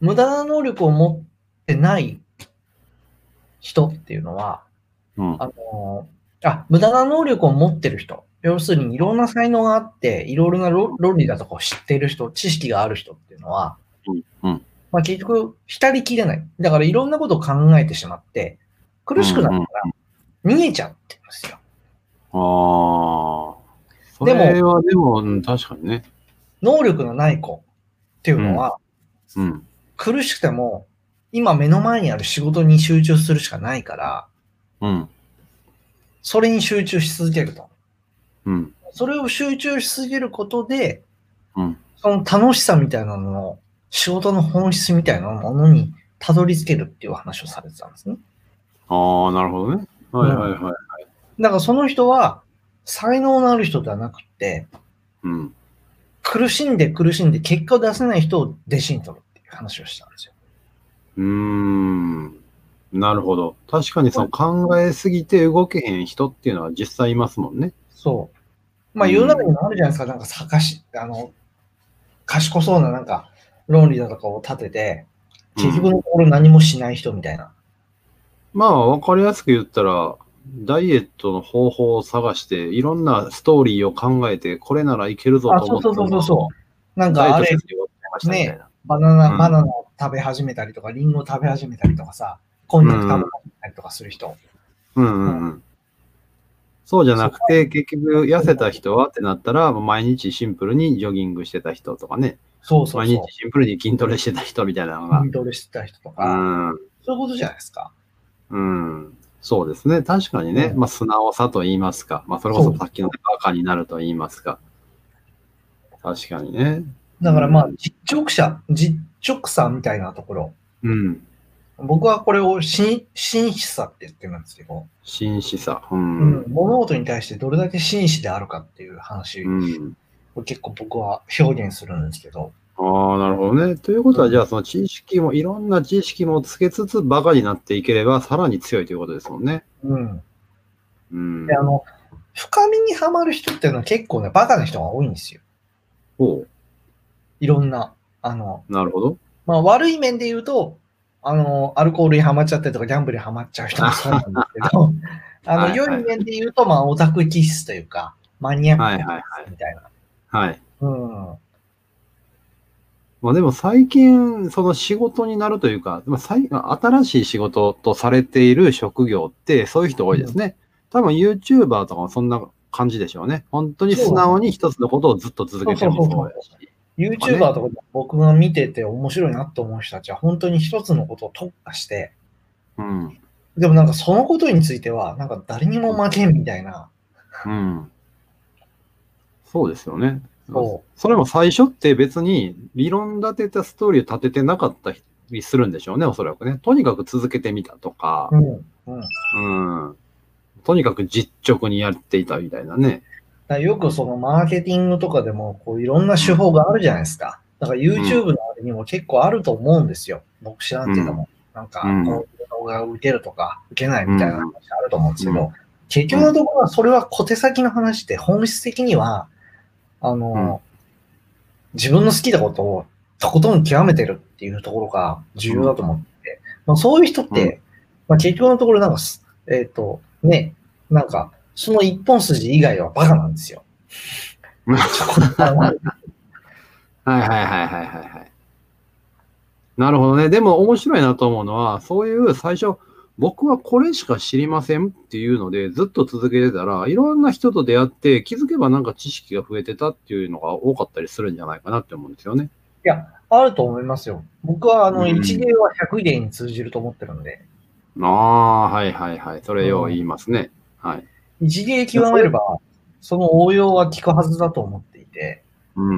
[SPEAKER 2] 無駄な能力を持ってない人っていうのは、
[SPEAKER 1] うん。
[SPEAKER 2] あのーあ、無駄な能力を持ってる人。要するにいろんな才能があって、いろいろな論論理だとかを知っている人、知識がある人っていうのは、
[SPEAKER 1] うん
[SPEAKER 2] まあ、結局、浸りきれない。だからいろんなことを考えてしまって、苦しくなったら逃げちゃうって言うんですよ。
[SPEAKER 1] ああ。そ
[SPEAKER 2] でも
[SPEAKER 1] れはでも、うん確かにね。
[SPEAKER 2] 能力のない子っていうのは、
[SPEAKER 1] うん。
[SPEAKER 2] 苦しくても、今目の前にある仕事に集中するしかないから、
[SPEAKER 1] うん。
[SPEAKER 2] それに集中し続けると。
[SPEAKER 1] うん。
[SPEAKER 2] それを集中し続けることで、
[SPEAKER 1] うん。
[SPEAKER 2] その楽しさみたいなのの、仕事の本質みたいなものにたどり着けるっていう話をされてたんですね。
[SPEAKER 1] ああ、なるほどね。はいはいはい。
[SPEAKER 2] だからその人は、才能のある人ではなくって、
[SPEAKER 1] うん。
[SPEAKER 2] 苦しんで苦しんで結果を出せない人を弟子に取るっていう話をしたんですよ。
[SPEAKER 1] うーん。なるほど。確かにその考えすぎて動けへん人っていうのは実際いますもんね。
[SPEAKER 2] そう。まあ
[SPEAKER 1] うん
[SPEAKER 2] 世の中にもあるじゃないですか、なんかさかし、あの、賢そうななんか論理だとかを立てて、結
[SPEAKER 1] う
[SPEAKER 2] 局
[SPEAKER 1] ん
[SPEAKER 2] のところ何もしない人みたいな。
[SPEAKER 1] まあ、わかりやすく言ったら、ダイエットの方法を探して、いろんなストーリーを考えて、これならいけるぞ
[SPEAKER 2] あ、
[SPEAKER 1] と
[SPEAKER 2] そ
[SPEAKER 1] 思っ
[SPEAKER 2] う
[SPEAKER 1] た
[SPEAKER 2] そう
[SPEAKER 1] ら
[SPEAKER 2] そうそうそう。なん
[SPEAKER 1] ダイエ
[SPEAKER 2] かあ
[SPEAKER 1] ット
[SPEAKER 2] れ
[SPEAKER 1] 先、生がおっしゃいましたみたいな。
[SPEAKER 2] バナナ、
[SPEAKER 1] うん
[SPEAKER 2] バナナを食べ始めたりとか、リンゴを食べ始めたりとかさ、こんにゃく食べ始めたりとかする人。
[SPEAKER 1] うんうんうん。そうじゃなくて、結局痩せた人はってなったら、毎日シンプルにジョギングしてた人とかね、
[SPEAKER 2] そうそう
[SPEAKER 1] 毎日
[SPEAKER 2] そ
[SPEAKER 1] シンプルに筋トレしてた人みたいなの
[SPEAKER 2] う。
[SPEAKER 1] が
[SPEAKER 2] 筋トレしてた人と、か、
[SPEAKER 1] うん、
[SPEAKER 2] そういうことじゃないですか。
[SPEAKER 1] うん。そうですね。確かにね、
[SPEAKER 2] うん
[SPEAKER 1] まあ、素直さと言いますか。まあ、それこ
[SPEAKER 2] そ
[SPEAKER 1] そうさっきのバカになると言いますか。確かにね。
[SPEAKER 2] だからまあ、実直者、実直さみたいなところ。
[SPEAKER 1] うん。
[SPEAKER 2] 僕はこれを真真摯さって言ってるんですけど、
[SPEAKER 1] 真摯さ。うん。
[SPEAKER 2] 物事に対してどれだけ真摯であるかっていう話
[SPEAKER 1] うん。
[SPEAKER 2] を結構僕は表現するんですけど、
[SPEAKER 1] ああ、なるほどね。ということは、じゃあ、その知識も、いろんな知識もつけつつ、バカになっていければ、さらに強いということですもんね。
[SPEAKER 2] うん。
[SPEAKER 1] うん
[SPEAKER 2] で、。あの、深みにはまる人っていうのは結構ね、バカな人が多いんですよ。
[SPEAKER 1] ほ
[SPEAKER 2] いろんな、あの、
[SPEAKER 1] う。なるほど。
[SPEAKER 2] まあ悪い面で言うと、あの、アルコールにはまっちゃったりとか、ギャンブルにはまっちゃう人もそうなんですけど、あ
[SPEAKER 1] はいは
[SPEAKER 2] の、
[SPEAKER 1] い
[SPEAKER 2] 良い面で言うと、まあオタク気質というか、マニアッ
[SPEAKER 1] はいはいはい
[SPEAKER 2] クみたいな。
[SPEAKER 1] はい。
[SPEAKER 2] うん。
[SPEAKER 1] まあでも最近、その仕事になるというか、まあ、最新しい仕事とされている職業って、そういう人多いですね。多分 YouTuber とかもそんな感じでしょうね。本当に素直に一つのことをずっと続けてる人も多いし。
[SPEAKER 2] YouTuber とか僕が見てて面白いなと思う人たちは本当に一つのことを特化して、
[SPEAKER 1] うん。
[SPEAKER 2] でもなんかそのことについては、なんか誰にも負けんみたいな、
[SPEAKER 1] うん。そうですよね。
[SPEAKER 2] そ
[SPEAKER 1] それも最初って別に理論立てたストーリーを立ててなかったりするんでしょうね、おそらくね。とにかく続けてみたとか
[SPEAKER 2] う。、うん。うん。だか
[SPEAKER 1] うん。とにかく実直にやっていたみたいなね。
[SPEAKER 2] らよくそのマーケティングとかでも、こういろんな手法があるじゃないですか。だから YouTube のあれにも結構あると思うんですよ。僕知らんけども。なんか、こ
[SPEAKER 1] うん
[SPEAKER 2] の動画を受けるとか、受けないみたいな話あると思うんですけ
[SPEAKER 1] う
[SPEAKER 2] ど、結局のところはそれは小手先の話で、本質的には、あの、自分の好きなことをとことん極めてるっていうところが重要だと思って、まあ、そういう人って、
[SPEAKER 1] うん
[SPEAKER 2] まあ、結局のところなんかす、えっ、と、ね、なんか、その一本筋以外はバカなんですよ。
[SPEAKER 1] うん
[SPEAKER 2] そこだな
[SPEAKER 1] はいはいはいはいはいはい。なるほどね。でも面白いなと思うのは、そういう最初、僕はこれしか知りませんっていうので、ずっと続けてたら、いろんな人と出会って、気づけばなんか知識が増えてたっていうのが多かったりするんじゃないかなって思うんですよね。
[SPEAKER 2] あると思いますよ。僕は、あ
[SPEAKER 1] う
[SPEAKER 2] の、
[SPEAKER 1] ん
[SPEAKER 2] 一芸は百芸に通じると思ってるんで、
[SPEAKER 1] ああ、はいはいはい。それよう言いますね。はい。
[SPEAKER 2] 一芸極めれば、その応用は効くはずだと思っていて、
[SPEAKER 1] うん。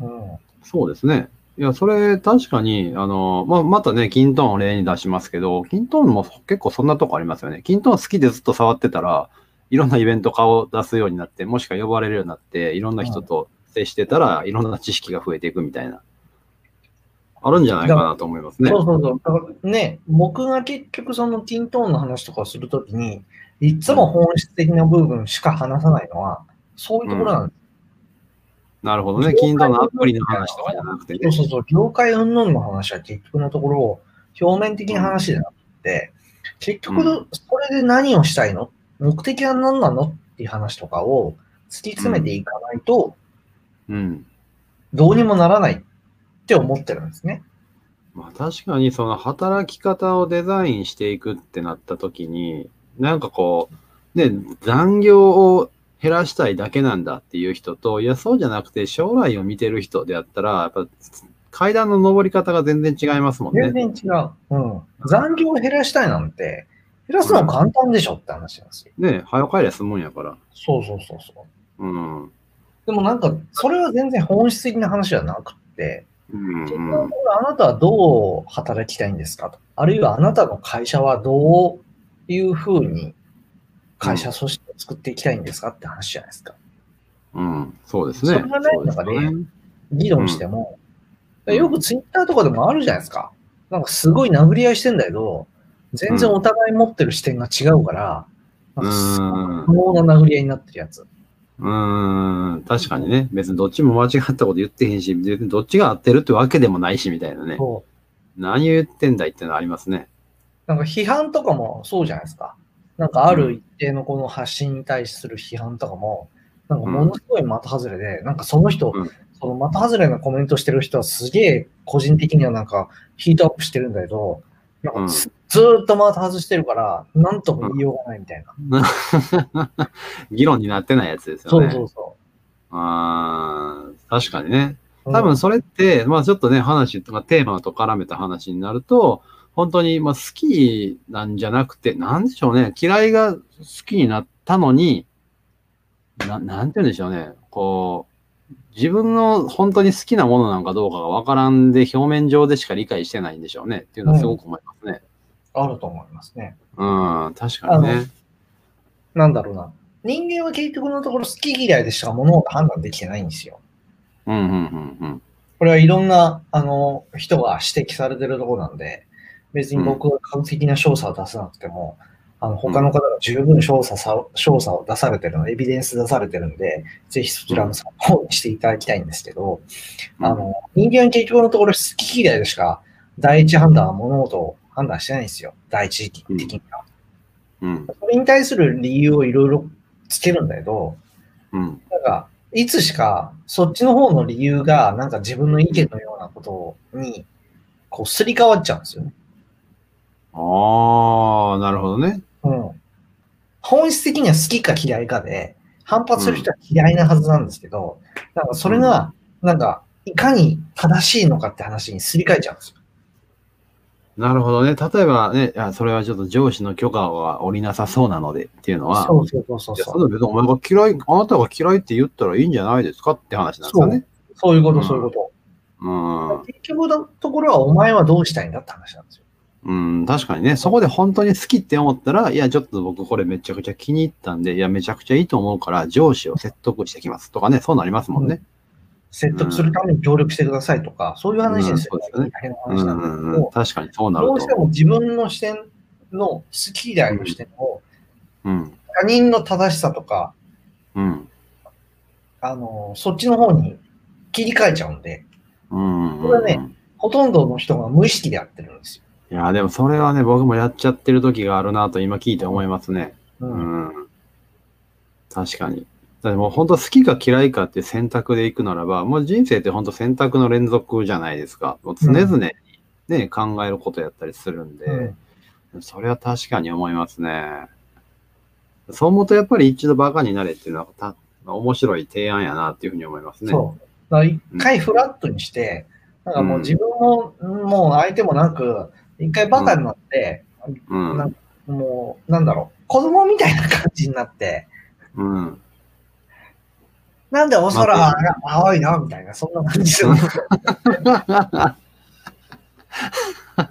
[SPEAKER 2] うん。
[SPEAKER 1] そうですね。いや、それ確かに、あの、まあ、またね、キントーンを例に出しますけど、キントーンも結構そんなとこありますよね。キントーン好きでずっと触ってたら、いろんなイベント顔を出すようになって、もしくは呼ばれるようになって、いろんな人と接してたら、いろんな知識が増えていくみたいな。あるんじゃないかなと思いますね。
[SPEAKER 2] そうそうそう。だからね、僕が結局そのティントーンの話とかをするときに、いつも本質的な部分しか話さないのは、そういうところなんで
[SPEAKER 1] なるほどね。キントーンのアプリの話とかじゃなくて
[SPEAKER 2] すよ。
[SPEAKER 1] ね。
[SPEAKER 2] そうそうそう。業界云々の話は結局のところ、表面的な話じゃなくて、結局
[SPEAKER 1] う
[SPEAKER 2] の、それで何をしたいの目的は何なのっていう話とかを突き詰めていかないと、
[SPEAKER 1] うん。
[SPEAKER 2] どうにもならないって思ってるんですね。
[SPEAKER 1] まあ確かにその働き方をデザインしていくってなった時に、なんかこう、ね、残業を減らしたいだけなんだっていう人と、いや、そうじゃなくて将来を見てる人であったら、やっぱ階段の上り方が全然違いますもん
[SPEAKER 2] 全
[SPEAKER 1] ね。
[SPEAKER 2] 然違う。うん。残業を減らしたいなんて、減らすの簡単でしょって話なんですよ。
[SPEAKER 1] ね、早帰りゃ済むんやから。
[SPEAKER 2] そうそうそうそ
[SPEAKER 1] う
[SPEAKER 2] う。
[SPEAKER 1] ん。うん
[SPEAKER 2] でもなんか、それは全然本質的な話じゃなくって、
[SPEAKER 1] うん
[SPEAKER 2] 結局のところあなたはどう働きたいんですかと。あるいはあなたの会社はどういうふうに会社組織を作っていきたいんですかって話じゃないですか。
[SPEAKER 1] うん。そうですね。
[SPEAKER 2] それがないのがね
[SPEAKER 1] そうですよね
[SPEAKER 2] 議論しても。
[SPEAKER 1] うん
[SPEAKER 2] よくツイッターとかでもあるじゃないですか。なんかすごい殴り合いしてんだけど、全然お互い持ってる視点が違うから、
[SPEAKER 1] う
[SPEAKER 2] なんかすごい
[SPEAKER 1] ん。
[SPEAKER 2] 不毛な殴り合いになってるやつ。
[SPEAKER 1] うーん、確かにね。別にどっちも間違ったこと言ってへんし、別にどっちが合ってるってわけでもないし、みたいなね。
[SPEAKER 2] そう
[SPEAKER 1] 何言ってんだいってのありますね。
[SPEAKER 2] なんか批判とかもそうじゃないですか。なんかある一定のこの発信に対する批判とかも、なんかものすごい的外れで、なんかその人、
[SPEAKER 1] うん
[SPEAKER 2] その的外れなコメントしてる人はすげえ個人的にはなんかヒートアップしてるんだけど、なんかず,、ーっと的外してるから、なんとも言いようがないみたいな。
[SPEAKER 1] 議論になってないやつです
[SPEAKER 2] そ
[SPEAKER 1] よ
[SPEAKER 2] う
[SPEAKER 1] ね。
[SPEAKER 2] そうそ
[SPEAKER 1] あー確かにね。
[SPEAKER 2] う。うん
[SPEAKER 1] 多分それって、まあちょっとね、話、まあ、テーマと絡めた話になると、本当に、まあ好きなんじゃなくて、なんでしょうね。嫌いが好きになったのに、ななんて言うんでしょうね。こう、自分の本当に好きなものなんかどうかがわからんで、表面上でしか理解してないんでしょうね。っていうのはすごく思いますね。
[SPEAKER 2] あると思いますね。
[SPEAKER 1] うん、確かに
[SPEAKER 2] あ
[SPEAKER 1] ね。
[SPEAKER 2] なんだろうな。人間は結局のところ好き嫌いでしか物を判断できてないんですよ。
[SPEAKER 1] うん、うん、うん、うん。
[SPEAKER 2] これはいろんな、あの、人が指摘されてるところなんで、別に僕が完璧な調査を出さなくても、あの、他の方が十分調査さ、調査を出されてるの、エビデンス出されてるんで、ぜひそちらも参考にしていただきたいんですけど、
[SPEAKER 1] うん
[SPEAKER 2] あの、人間は結局のところ好き嫌いでしか、第一判断は物事を判断してないんですよ。第一的には。
[SPEAKER 1] うん、
[SPEAKER 2] それに対する理由をいろいろつけるんだけど、
[SPEAKER 1] うん。
[SPEAKER 2] なんか、いつしか、そっちの方の理由が、なんか自分の意見のようなことに、こう、すり替わっちゃうんですよね。
[SPEAKER 1] ああ、なるほどね。
[SPEAKER 2] うん。本質的には好きか嫌いかで、反発する人は嫌いなはずなんですけど、なんかそれが、なんか、いかに正しいのかって話にすり替えちゃうんですよ。
[SPEAKER 1] なるほどね。例えばね、いやそれはちょっと上司の許可はおりなさそうなのでっていうのは、
[SPEAKER 2] そうそうそう
[SPEAKER 1] いや
[SPEAKER 2] そ。
[SPEAKER 1] そうれ別にお前が嫌い、あなたが嫌いって言ったらいいんじゃないですかって話なんですよね。
[SPEAKER 2] そういうこ
[SPEAKER 1] う
[SPEAKER 2] と、
[SPEAKER 1] ん
[SPEAKER 2] そういうこ
[SPEAKER 1] う
[SPEAKER 2] と。結局のところはお前はどうしたいんだって話なんですよ。
[SPEAKER 1] ん、うん、確かにね、そこで本当に好きって思ったら、いや、ちょっと僕これめちゃくちゃ気に入ったんで、いや、めちゃくちゃいいと思うから、上司を説得してきますとかね、そうなりますもんね。
[SPEAKER 2] 説得するために協力してくださいとか、そういう話ですよ
[SPEAKER 1] うんそうですよね
[SPEAKER 2] 大変な
[SPEAKER 1] うん
[SPEAKER 2] 話なんだ
[SPEAKER 1] うん
[SPEAKER 2] け
[SPEAKER 1] うん、
[SPEAKER 2] ど、
[SPEAKER 1] 確かにそうなる
[SPEAKER 2] どうして
[SPEAKER 1] と。
[SPEAKER 2] も自分の視点の好き嫌いの視点を、
[SPEAKER 1] うん、
[SPEAKER 2] 他人の正しさとか、
[SPEAKER 1] うん、
[SPEAKER 2] あの、そっちの方に切り替えちゃうんで、
[SPEAKER 1] うん。
[SPEAKER 2] これはねほとんどの人が無意識でやってるんです
[SPEAKER 1] いや、でもそれはね、僕もやっちゃってる時があるなと今聞いて思いますね。
[SPEAKER 2] よ。
[SPEAKER 1] う
[SPEAKER 2] うん
[SPEAKER 1] ん。確かに。だってもう本当好きか嫌いかって選択でいくならば、もう人生って本当選択の連続じゃないですか。もう常々ね、考えることやったりするんで、
[SPEAKER 2] うん
[SPEAKER 1] それは確かに思いますね。そう思うとやっぱり一度バカになれっていうのはた面白い提案やなっていうふうに思いますね。
[SPEAKER 2] そう。だから一回フラットにして、なんかもう自分も、もう相手もなく、一回バカになって、
[SPEAKER 1] う。うん。
[SPEAKER 2] なんかもう、なんだろう、子供みたいな感じになって、
[SPEAKER 1] うん。
[SPEAKER 2] なんでお空は青いな、みたいな、そんな感じする。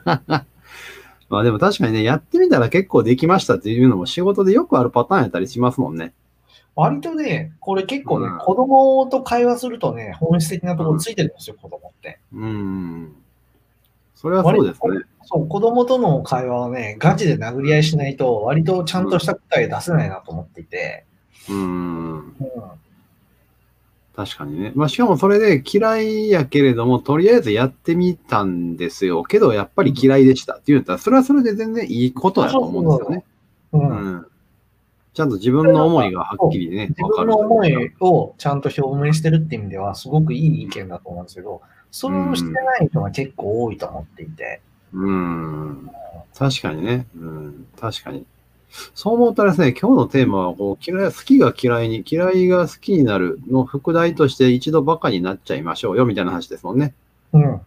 [SPEAKER 1] まあでも確かにね、やってみたら結構できましたっていうのも仕事でよくあるパターンやったりしますもんね。
[SPEAKER 2] 割とね、これ結構ね
[SPEAKER 1] うん、
[SPEAKER 2] 子供と会話するとね、本質的なところついてるんですよ、子供って。
[SPEAKER 1] うん。それはそうですね。
[SPEAKER 2] そう、子供との会話はね、ガチで殴り合いしないと、割とちゃんとした答え出せないなと思っていて、
[SPEAKER 1] うん。
[SPEAKER 2] うん
[SPEAKER 1] 確かにね。まあしかもそれで嫌いやけれども、とりあえずやってみたんですよ。けどやっぱり嫌いでしたって言ったら、それはそれで全然いいことやと思うんですよね。
[SPEAKER 2] うん
[SPEAKER 1] うん。ちゃんと自分の思いがはっきりね、
[SPEAKER 2] 自分の思いをちゃんと表明してるって意味では、すごくいい意見だと思うんですけど、それをしてない人が結構多いと思っていて、
[SPEAKER 1] うん。確かにね。うん。確かに。そう思ったらですね、今日のテーマはこう嫌い、好きが嫌いに、嫌いが好きになるの副題として一度バカになっちゃいましょうよみたいな話ですもんね。
[SPEAKER 2] うん。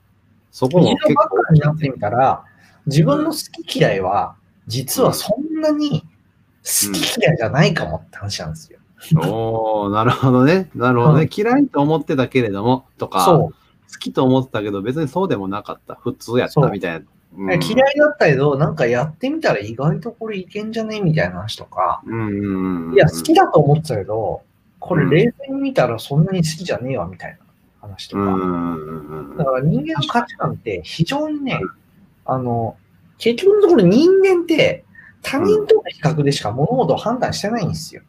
[SPEAKER 1] そこも
[SPEAKER 2] 一度
[SPEAKER 1] 結
[SPEAKER 2] ばっ
[SPEAKER 1] 構
[SPEAKER 2] かになってみたら、自分の好き嫌いは、実はそんなに好き嫌いじゃないかもって話なんですよ。
[SPEAKER 1] おー、なるほどね。なるほどね。嫌いと思ってたけれども、とか、
[SPEAKER 2] そ
[SPEAKER 1] 好
[SPEAKER 2] う。
[SPEAKER 1] きと思ってたけど、別にそうでもなかった。普通やった
[SPEAKER 2] そう
[SPEAKER 1] みたいな。うん
[SPEAKER 2] 嫌いだったけど、なんかやってみたら意外とこれいけんじゃねみたいな話とか、
[SPEAKER 1] うんうんうん。
[SPEAKER 2] いや、好きだと思ってたけど、これ冷静に見たらそんなに好きじゃねえわみたいな話と
[SPEAKER 1] う
[SPEAKER 2] か。
[SPEAKER 1] んうんうんうん
[SPEAKER 2] だ。から人間の価値観って非常にね、あの、結局のところ人間って他人との比較でしか物事を判断してないんですよ。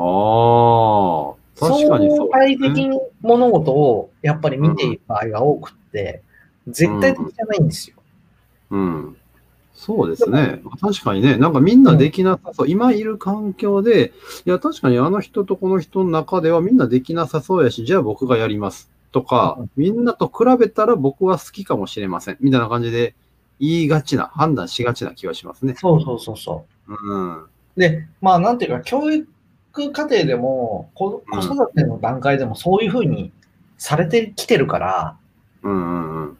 [SPEAKER 1] ああ、確かにそう
[SPEAKER 2] 相対的に物事をやっぱり見ている場合が多くって、絶対的じゃないんですよ。
[SPEAKER 1] うん。そうですね。確かにね、なんかみんなできなさそう、今いる環境で、いや、確かにあの人とこの人の中ではみんなできなさそうやし、じゃあ僕がやりますとか、
[SPEAKER 2] う
[SPEAKER 1] みんなと比べたら僕は好きかもしれませんみたいな感じで言いがちな、判断しがちな気がしますね。
[SPEAKER 2] そうそうそうそ
[SPEAKER 1] うん。
[SPEAKER 2] う。で、まあなんていうか、教育過程でも、子
[SPEAKER 1] う
[SPEAKER 2] 子
[SPEAKER 1] ん
[SPEAKER 2] 育ての段階でもそういうふうにされてきてるから、
[SPEAKER 1] うんうん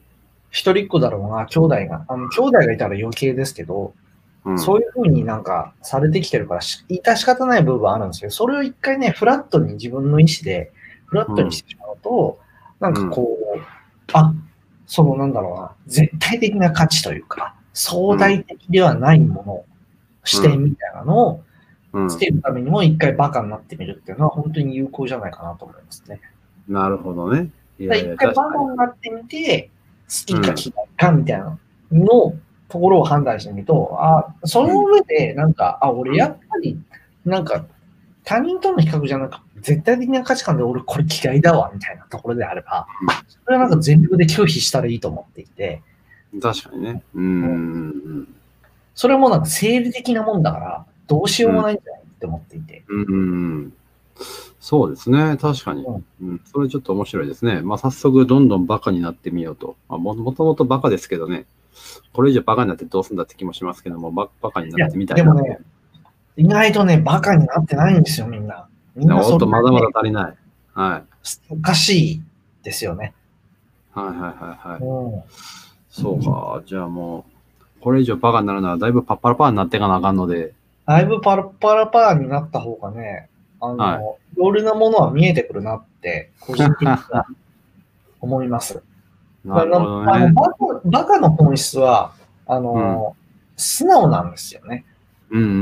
[SPEAKER 2] 一人っ子だろうが、兄弟が、あの兄弟がいたら余計ですけど、
[SPEAKER 1] うん。うん、
[SPEAKER 2] そういうふうになんかされてきてるから、し致し方ない部分はあるんですけど、それを一回ね、フラットに自分の意思で、フラットにしてしまうと、なんかこう、あ、そのなんだろうな、絶対的な価値というか、相対的ではないもの、視点みたいなのを
[SPEAKER 1] うん
[SPEAKER 2] つけるためにも一回バカになってみるっていうのは本当に有効じゃないかなと思いますね。
[SPEAKER 1] なるほどね。い
[SPEAKER 2] だ
[SPEAKER 1] や
[SPEAKER 2] から
[SPEAKER 1] いや、
[SPEAKER 2] 一回
[SPEAKER 1] 確
[SPEAKER 2] バ
[SPEAKER 1] か
[SPEAKER 2] カになってみて、好きか嫌いかみたいなのをところを判断してみると、あその上で、なんか、あ、俺やっぱり、なんか、他人との比較じゃなく絶対的な価値観で俺これ嫌いだわ、みたいなところであれば
[SPEAKER 1] うん、
[SPEAKER 2] それはなんか全力で拒否したらいいと思っていて、
[SPEAKER 1] に。確かにね。うんうん
[SPEAKER 2] それもなんか生理的なもんだから、どうしようもないんじゃないって思っていて。
[SPEAKER 1] うん。うんうん。そうですね。確かに。
[SPEAKER 2] うん
[SPEAKER 1] うん、それちょっと面白いですね。まあ、早速、どんどんバカになってみようと。まあ、ももともとバカですけどね。これ以上バカになってどうすんだって気もしますけども、ババカになってみたいな。
[SPEAKER 2] いやでもね意外とね、バカになってないんですよ、みんな。みんな
[SPEAKER 1] お
[SPEAKER 2] そ
[SPEAKER 1] っと、
[SPEAKER 2] ん
[SPEAKER 1] ま
[SPEAKER 2] な
[SPEAKER 1] だ
[SPEAKER 2] に
[SPEAKER 1] ま
[SPEAKER 2] ね
[SPEAKER 1] だ足りない。はい。
[SPEAKER 2] おかしいですよね。
[SPEAKER 1] はいはいはいはい。
[SPEAKER 2] うん。
[SPEAKER 1] そうか。じゃあもう、これ以上バカになるならだいぶパッパラパーになってかなあかんので、
[SPEAKER 2] だいぶパラパラパーになった方がね、あの、
[SPEAKER 1] はい
[SPEAKER 2] いろいろなものは見えてくるなって、個人的には思います。
[SPEAKER 1] なるほど
[SPEAKER 2] あの
[SPEAKER 1] ね。
[SPEAKER 2] バカバカの本質は、あの、素直なんですよね。
[SPEAKER 1] うんうんう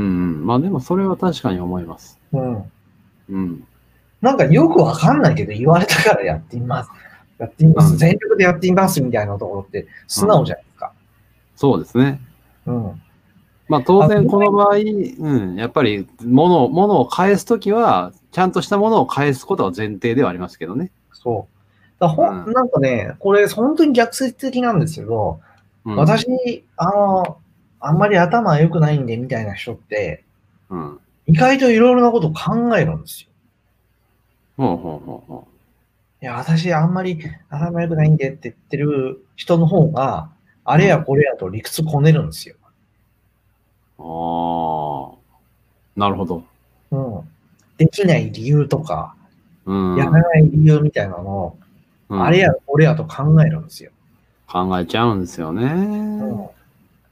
[SPEAKER 1] ん。まあでもそれは確かに思います。
[SPEAKER 2] うん。
[SPEAKER 1] うん。
[SPEAKER 2] なんかよくわかんないけど、言われたからやってみます。やってみま
[SPEAKER 1] う
[SPEAKER 2] す。
[SPEAKER 1] ん
[SPEAKER 2] 全力でやってみますみたいなところって、素直じゃないですか。
[SPEAKER 1] そうですね。
[SPEAKER 2] うん。
[SPEAKER 1] まあ当
[SPEAKER 2] あ
[SPEAKER 1] 然この場合、うん、やっぱり物を、物を返すときは、ちゃんとしたものを返すことは前提ではありますけどね。
[SPEAKER 2] そう。だほん
[SPEAKER 1] うん
[SPEAKER 2] なんかね、これ本当に逆説的なんですけど、
[SPEAKER 1] うん、
[SPEAKER 2] 私、あの、あんまり頭良くないんでみたいな人って、
[SPEAKER 1] うん。
[SPEAKER 2] 意外といろいろなことを考えるんですよ。
[SPEAKER 1] ほうほうほうほ
[SPEAKER 2] いや、私あんまり頭良くないんでって言ってる人の方が、あれやこれやと理屈こねるんですよ。
[SPEAKER 1] う。ああ。なるほど。
[SPEAKER 2] うん。できない理由とか、
[SPEAKER 1] うん。
[SPEAKER 2] やらない理由みたいなのを、
[SPEAKER 1] うん
[SPEAKER 2] あれやこれやと考えるんですよ。
[SPEAKER 1] 考えちゃうんですよ
[SPEAKER 2] うん、
[SPEAKER 1] ね。
[SPEAKER 2] 考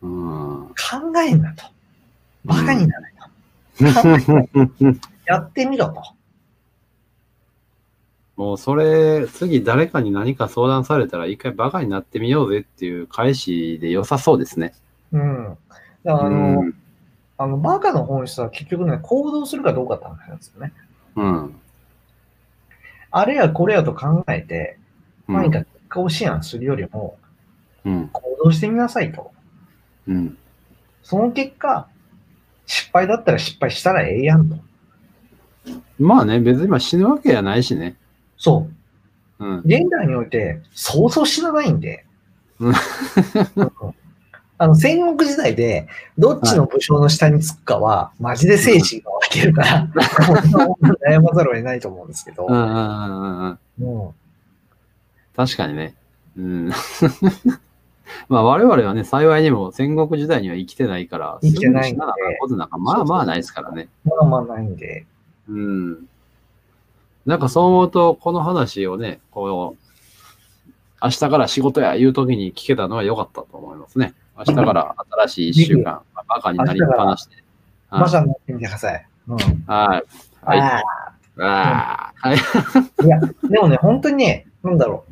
[SPEAKER 1] うん。うん
[SPEAKER 2] えんなと。バカになれと。 やってみろと。
[SPEAKER 1] もうそれ、次誰かに何か相談されたら一回バカになってみようぜっていう返しで良さそうですね。
[SPEAKER 2] うん。だからあの、
[SPEAKER 1] うん。
[SPEAKER 2] あのバカの本質は結局ね、行動するかどうかって話なんですよね。
[SPEAKER 1] うん。
[SPEAKER 2] あれやこれやと考えて、
[SPEAKER 1] うん
[SPEAKER 2] 何か結果を思案するよりも、
[SPEAKER 1] うん。
[SPEAKER 2] 行動してみなさいと。
[SPEAKER 1] うん。
[SPEAKER 2] その結果、失敗だったら失敗したらええやんと。
[SPEAKER 1] まあね、別に今死ぬわけじゃないしね。
[SPEAKER 2] そう。
[SPEAKER 1] うん。
[SPEAKER 2] 現代において、そうそう死なないんで。
[SPEAKER 1] うん
[SPEAKER 2] あの、戦国時代で、どっちの武将の下につくかは、マジで精神が分けるから、 こんなもん悩まざるを得ないと思うんですけど
[SPEAKER 1] うんう、んうんうんうん。
[SPEAKER 2] うん
[SPEAKER 1] 確かにね。うん。 まあ我々はね、幸いにも戦国時代には生きてないから、
[SPEAKER 2] 生きてない
[SPEAKER 1] す
[SPEAKER 2] ん
[SPEAKER 1] ぐに死な
[SPEAKER 2] で
[SPEAKER 1] なあかんことなんかまあまあないですからね。
[SPEAKER 2] まあまあないんで、
[SPEAKER 1] うん。なんかそう思うと、この話をね、こう、明日から仕事や言うときに聞けたのは良かったと思いますね。明日から新しい一週間、バカになりっぱなしで。はい
[SPEAKER 2] 馬車に乗ってみてください。うん。
[SPEAKER 1] はい。はい。
[SPEAKER 2] あ
[SPEAKER 1] あーはい。
[SPEAKER 2] あ、いや、でもね、本当にね、なんだろう。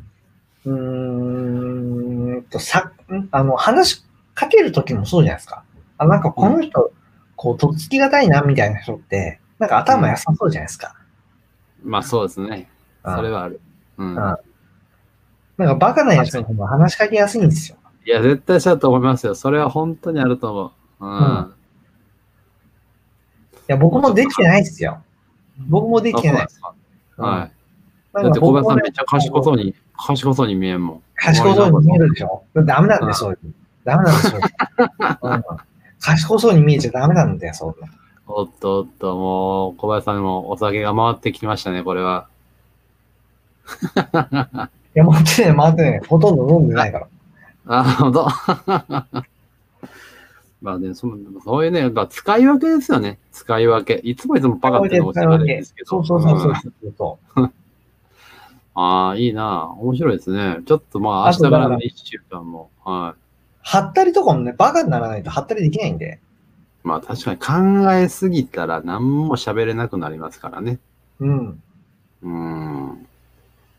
[SPEAKER 2] うーんと、さ、んあの、話しかけるときもそうじゃないですか。あ、なんかこの人、こう、とっつきがたいな、みたいな人って、なんか頭良さそうじゃないですか。
[SPEAKER 1] まあそうですね。
[SPEAKER 2] うん
[SPEAKER 1] それはある。うん。
[SPEAKER 2] うんなんかバカなやつの方が話しかけやすいんですよ。
[SPEAKER 1] いや、絶対そうだと思いますよ。それは本当にあると思う。うん。
[SPEAKER 2] うんいや、僕もできてないですよ。僕もできてない。
[SPEAKER 1] あそうなんです
[SPEAKER 2] う
[SPEAKER 1] か
[SPEAKER 2] ん
[SPEAKER 1] はい。だって小林さんめっちゃ
[SPEAKER 2] 僕
[SPEAKER 1] 賢
[SPEAKER 2] もね
[SPEAKER 1] そうに、賢そうに見えんもん。
[SPEAKER 2] 賢そうに見えるでしょダメなんだ
[SPEAKER 1] う
[SPEAKER 2] よ、
[SPEAKER 1] ん
[SPEAKER 2] そういうの。ダメなんだよ、そういう の。うん賢そうに見えちゃダメなんだよ、そういうの。
[SPEAKER 1] おっとおっと、もう、小林さんもお酒が回ってきましたね、これは。
[SPEAKER 2] いや、回ってない、回ってない。ほとんど飲んでないから。
[SPEAKER 1] なるほど。 まあね、そのそういうね、やっぱ使い分けですよね。使い分け。いつもいつもパカってのおっしゃるんですけど。
[SPEAKER 2] そうそうそうそう
[SPEAKER 1] うん
[SPEAKER 2] そうそ
[SPEAKER 1] ああ、いいな。面白いですね。ちょっとまあ、
[SPEAKER 2] あ
[SPEAKER 1] 明日
[SPEAKER 2] とだ
[SPEAKER 1] か
[SPEAKER 2] から
[SPEAKER 1] らの一週間も。は
[SPEAKER 2] う。はったりとかもね、バカにならないとはったりできないん
[SPEAKER 1] い。
[SPEAKER 2] で。
[SPEAKER 1] まあ確かに考えすぎたら何も喋れなくなりますからね。
[SPEAKER 2] うん。
[SPEAKER 1] うん。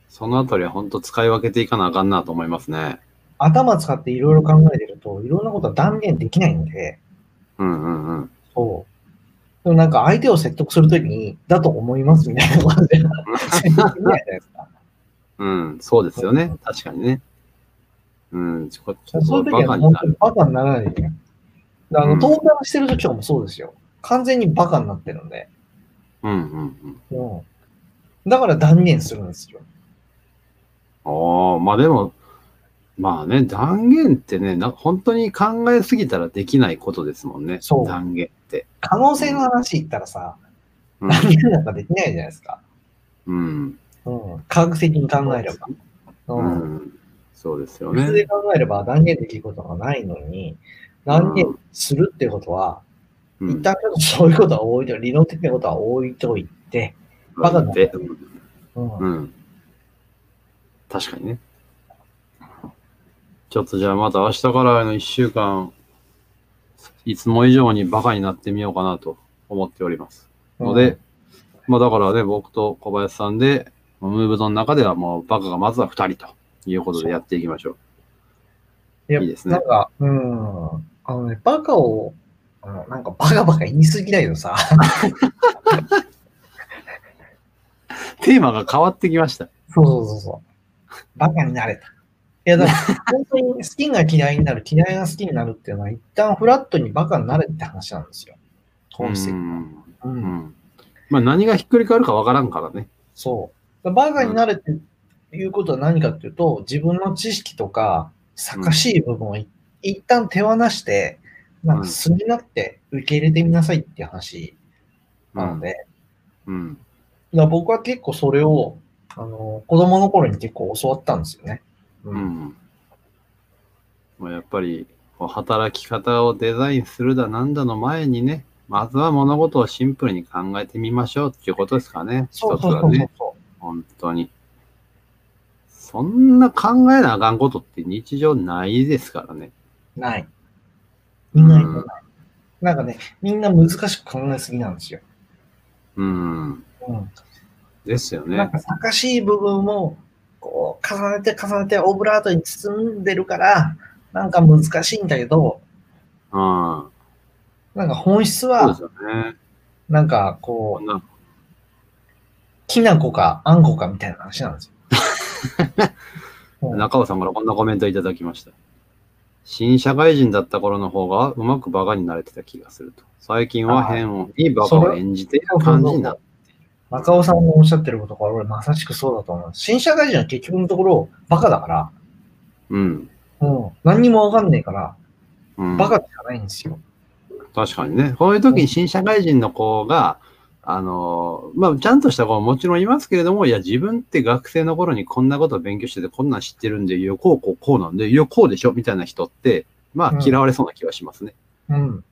[SPEAKER 1] そのあたりは本当使い分けていかなあかんなと思いますね。
[SPEAKER 2] 頭使っていろいろ考えてると、いろんなことは断言できないんで。
[SPEAKER 1] うんうんうん。
[SPEAKER 2] そう。でもなんか相手を説得するときに、だと思いますみたい な感じで、説得できないじゃないですか。
[SPEAKER 1] うん、そうですよね。確かにね。うん、ちょっと
[SPEAKER 2] そういう
[SPEAKER 1] バ
[SPEAKER 2] 時
[SPEAKER 1] カ
[SPEAKER 2] は
[SPEAKER 1] に
[SPEAKER 2] 本
[SPEAKER 1] な
[SPEAKER 2] 当に
[SPEAKER 1] る。
[SPEAKER 2] バカにならないでね。であ
[SPEAKER 1] う
[SPEAKER 2] の、
[SPEAKER 1] ん
[SPEAKER 2] 登壇してる時とかもそうですよ。完全にバカになってるんで。
[SPEAKER 1] うんうん
[SPEAKER 2] うん。だから断言するんですよ。
[SPEAKER 1] うん。ああ、まあでも、まあね、断言ってね、な本当に考えすぎたらできないことですもんね。
[SPEAKER 2] そう
[SPEAKER 1] 断言って。
[SPEAKER 2] 可能性の話言ったらさ、
[SPEAKER 1] うん
[SPEAKER 2] 断言なんかできないじゃないですか。
[SPEAKER 1] うん。
[SPEAKER 2] うん。科学的に考えれば。
[SPEAKER 1] う
[SPEAKER 2] うん。
[SPEAKER 1] ん。そうですよ
[SPEAKER 2] 普通で
[SPEAKER 1] ね。
[SPEAKER 2] 考えれば断言できることがないのに、断言するってことは、
[SPEAKER 1] うん
[SPEAKER 2] 一旦ちょっとそういうことは置いと理論的なことは置いといて、バカだ
[SPEAKER 1] で。
[SPEAKER 2] うん
[SPEAKER 1] うん。確かにね。ちょっとじゃあまた明日からの1週間、いつも以上にバカになってみようかなと思っております。ので、まあだからね、僕と小林さんで、ムーブの中ではもうバカがまずは2人ということでやっていきましょう。
[SPEAKER 2] いや
[SPEAKER 1] いいですね
[SPEAKER 2] なんか、うん、あのね、バカを、あのなんかバカバカ言い過ぎだけどさ、
[SPEAKER 1] テーマが変わってきました。
[SPEAKER 2] そうそうそうそう。バカになれた。いや、だから、本当に好きが嫌いになる、嫌いが好きになるっていうのは、一旦フラットにバカになれって話なんですよ。本
[SPEAKER 1] う
[SPEAKER 2] 質的に。
[SPEAKER 1] ん
[SPEAKER 2] う
[SPEAKER 1] うんん。まあ何がひっくり返るかわからんからね。
[SPEAKER 2] そう。バカになれっていうことは何かっていうと、自分の知識とか、さかしい部分をい、一旦手放して、なんか素になって受け入れてみなさいっていう話なので、
[SPEAKER 1] うん。
[SPEAKER 2] だから僕は結構それを、あの、子供の頃に結構教わったんですよね。
[SPEAKER 1] う。
[SPEAKER 2] うん
[SPEAKER 1] まあ、やっぱり、こう働き方をデザインするだなんだの前にね、まずは物事をシンプルに考えてみましょうっていうことですかね。
[SPEAKER 2] そう
[SPEAKER 1] 一
[SPEAKER 2] そう
[SPEAKER 1] つ
[SPEAKER 2] そ
[SPEAKER 1] は
[SPEAKER 2] う
[SPEAKER 1] ね、
[SPEAKER 2] そ
[SPEAKER 1] 本当に。そんな考えなあかんことって日常ないですからね。
[SPEAKER 2] う。ない。みんなにもな
[SPEAKER 1] う
[SPEAKER 2] い
[SPEAKER 1] ん。
[SPEAKER 2] なんかね、みんな難しく考えすぎなんですよ。
[SPEAKER 1] うん。
[SPEAKER 2] うん。
[SPEAKER 1] ですよ
[SPEAKER 2] なん
[SPEAKER 1] ね。
[SPEAKER 2] か、さかしい部分も、こう、重ねて重ねてオブラートに包んでるから、なんか難しいんだけど、
[SPEAKER 1] うん。
[SPEAKER 2] なんか本質
[SPEAKER 1] そうで
[SPEAKER 2] は
[SPEAKER 1] す、よね。
[SPEAKER 2] なんか
[SPEAKER 1] こ
[SPEAKER 2] こ
[SPEAKER 1] ん
[SPEAKER 2] う、
[SPEAKER 1] な、
[SPEAKER 2] きなこかあんこかみたいな話なんですよ。うん
[SPEAKER 1] 中尾さんからこんなコメントいただきました。新社会人だった頃の方がうまくバカになれてた気がすると。最近は変を、いいバカを演じている感じになる。
[SPEAKER 2] 中尾さんのおっしゃってることが俺まさしくそうだと思う。新社会人は結局のところバカだから、
[SPEAKER 1] うん。
[SPEAKER 2] うん、何にもわかんねえから、
[SPEAKER 1] うん、
[SPEAKER 2] バカじゃないんですよ。
[SPEAKER 1] 確かにね。こういう時に新社会人の子が、あのーまあ、ちゃんとした子ももちろんいますけれども、いや、自分って学生の頃にこんなことを勉強してて、こんなん知ってるんで、いや、こう、こう、こうなんで、いや、こうでしょ、みたいな人って、ま
[SPEAKER 2] うん
[SPEAKER 1] あ、嫌われそうな気はしますね。
[SPEAKER 2] うん、